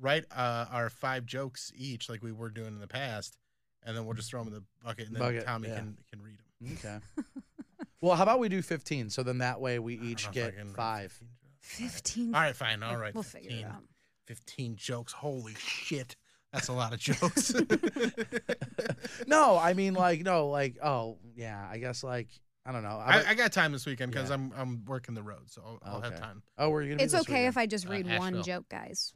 Speaker 2: write uh, our five jokes each, like we were doing in the past, and then we'll just throw them in the bucket, and then
Speaker 3: Bucket,
Speaker 2: Tommy
Speaker 3: yeah.
Speaker 2: can can read them.
Speaker 3: Okay. well, how about we do fifteen? So then that way we
Speaker 2: know
Speaker 3: each
Speaker 2: if I
Speaker 3: get
Speaker 2: can write
Speaker 3: five.
Speaker 4: Fifteen.
Speaker 2: All right, fine. All right.
Speaker 4: We'll figure it out.
Speaker 2: 15 jokes. Holy shit. That's a lot of jokes.
Speaker 3: No, I mean like no, like oh yeah, I guess like I don't know. How
Speaker 2: I,
Speaker 3: about-
Speaker 2: I got time this weekend because
Speaker 3: Yeah.
Speaker 2: I'm I'm working the road, so I'll, I'll have
Speaker 3: Okay.
Speaker 2: time.
Speaker 3: Oh, were you gonna? be
Speaker 4: It's
Speaker 3: this
Speaker 4: okay if
Speaker 3: weekend?
Speaker 4: I just
Speaker 2: Uh,
Speaker 4: read one
Speaker 2: Asheville.
Speaker 4: joke, guys.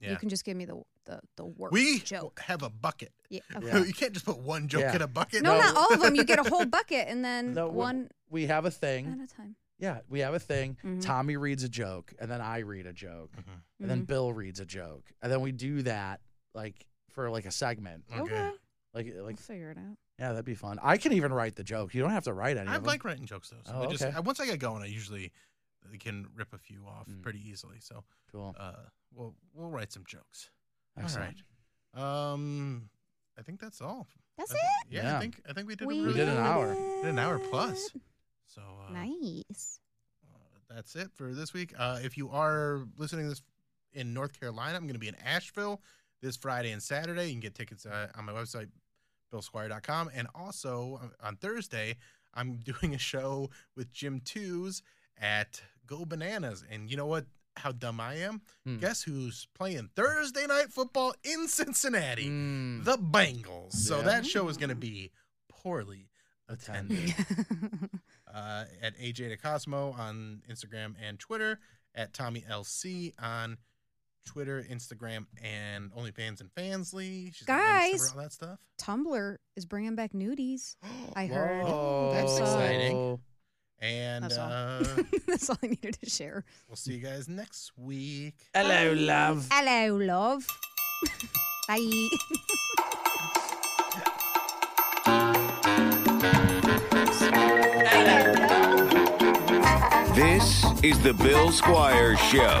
Speaker 2: Yeah.
Speaker 4: You can just give me the the the worst
Speaker 2: We
Speaker 4: joke.
Speaker 2: have a bucket.
Speaker 4: Yeah. Okay.
Speaker 3: Yeah.
Speaker 2: You can't just put one joke
Speaker 3: Yeah.
Speaker 2: in a bucket.
Speaker 4: No,
Speaker 3: No.
Speaker 4: not all of them. You get a whole bucket and then
Speaker 3: No, we-
Speaker 4: one
Speaker 3: We have a thing.
Speaker 4: at a Mm-hmm. time.
Speaker 3: Yeah, we have a thing. Tommy reads a joke, and then I read a joke,
Speaker 2: Mm-hmm.
Speaker 3: and then
Speaker 4: Mhm.
Speaker 3: Bill reads a joke, and then we do that like for like a segment.
Speaker 2: Okay. Okay.
Speaker 3: Like
Speaker 4: We'll
Speaker 3: like
Speaker 4: figure it out.
Speaker 3: yeah, that'd be fun. I can even write the joke. You don't have to write any
Speaker 2: I
Speaker 3: of them.
Speaker 2: like writing jokes though. So
Speaker 3: Oh,
Speaker 2: I just
Speaker 3: okay.
Speaker 2: I, once I get going, I usually can rip a few off
Speaker 3: Mm.
Speaker 2: pretty easily. So
Speaker 3: cool.
Speaker 2: uh, we'll we'll write some jokes.
Speaker 3: Excellent.
Speaker 2: All right. Um, I think that's all.
Speaker 4: That's
Speaker 2: I thi-
Speaker 4: it?
Speaker 2: Yeah,
Speaker 3: Yeah.
Speaker 2: I think I think we did.
Speaker 4: We
Speaker 2: a
Speaker 3: We
Speaker 2: really
Speaker 3: did an
Speaker 2: good-
Speaker 3: hour.
Speaker 2: did an hour plus. So uh,
Speaker 4: Nice.
Speaker 2: that's it for this week. Uh, if you are listening to this in North Carolina, I'm going to be in Asheville this Friday and Saturday. You can get tickets uh, on my website, billsquire.com. And also uh, on Thursday, I'm doing a show with Jim Twos at Go Bananas. And you know what? How dumb I am?
Speaker 3: Hmm.
Speaker 2: Guess who's playing Thursday night football in Cincinnati?
Speaker 3: Mm.
Speaker 2: The Bengals. So
Speaker 3: Yeah.
Speaker 2: that show is going to be poorly attended uh, at AJ DeCosmo on Instagram and Twitter, at Tommy LC on Twitter, Instagram, and OnlyFans and Fansly. She's got
Speaker 4: Guys.
Speaker 2: links to her- all that stuff.
Speaker 4: Tumblr is bringing back nudies. I heard.
Speaker 3: Whoa.
Speaker 2: That's exciting. And
Speaker 4: That's all.
Speaker 2: uh,
Speaker 4: That's all I needed to share.
Speaker 2: we'll see you guys next week.
Speaker 4: Hello, love. Bye.
Speaker 17: This is the Bill Squire Show.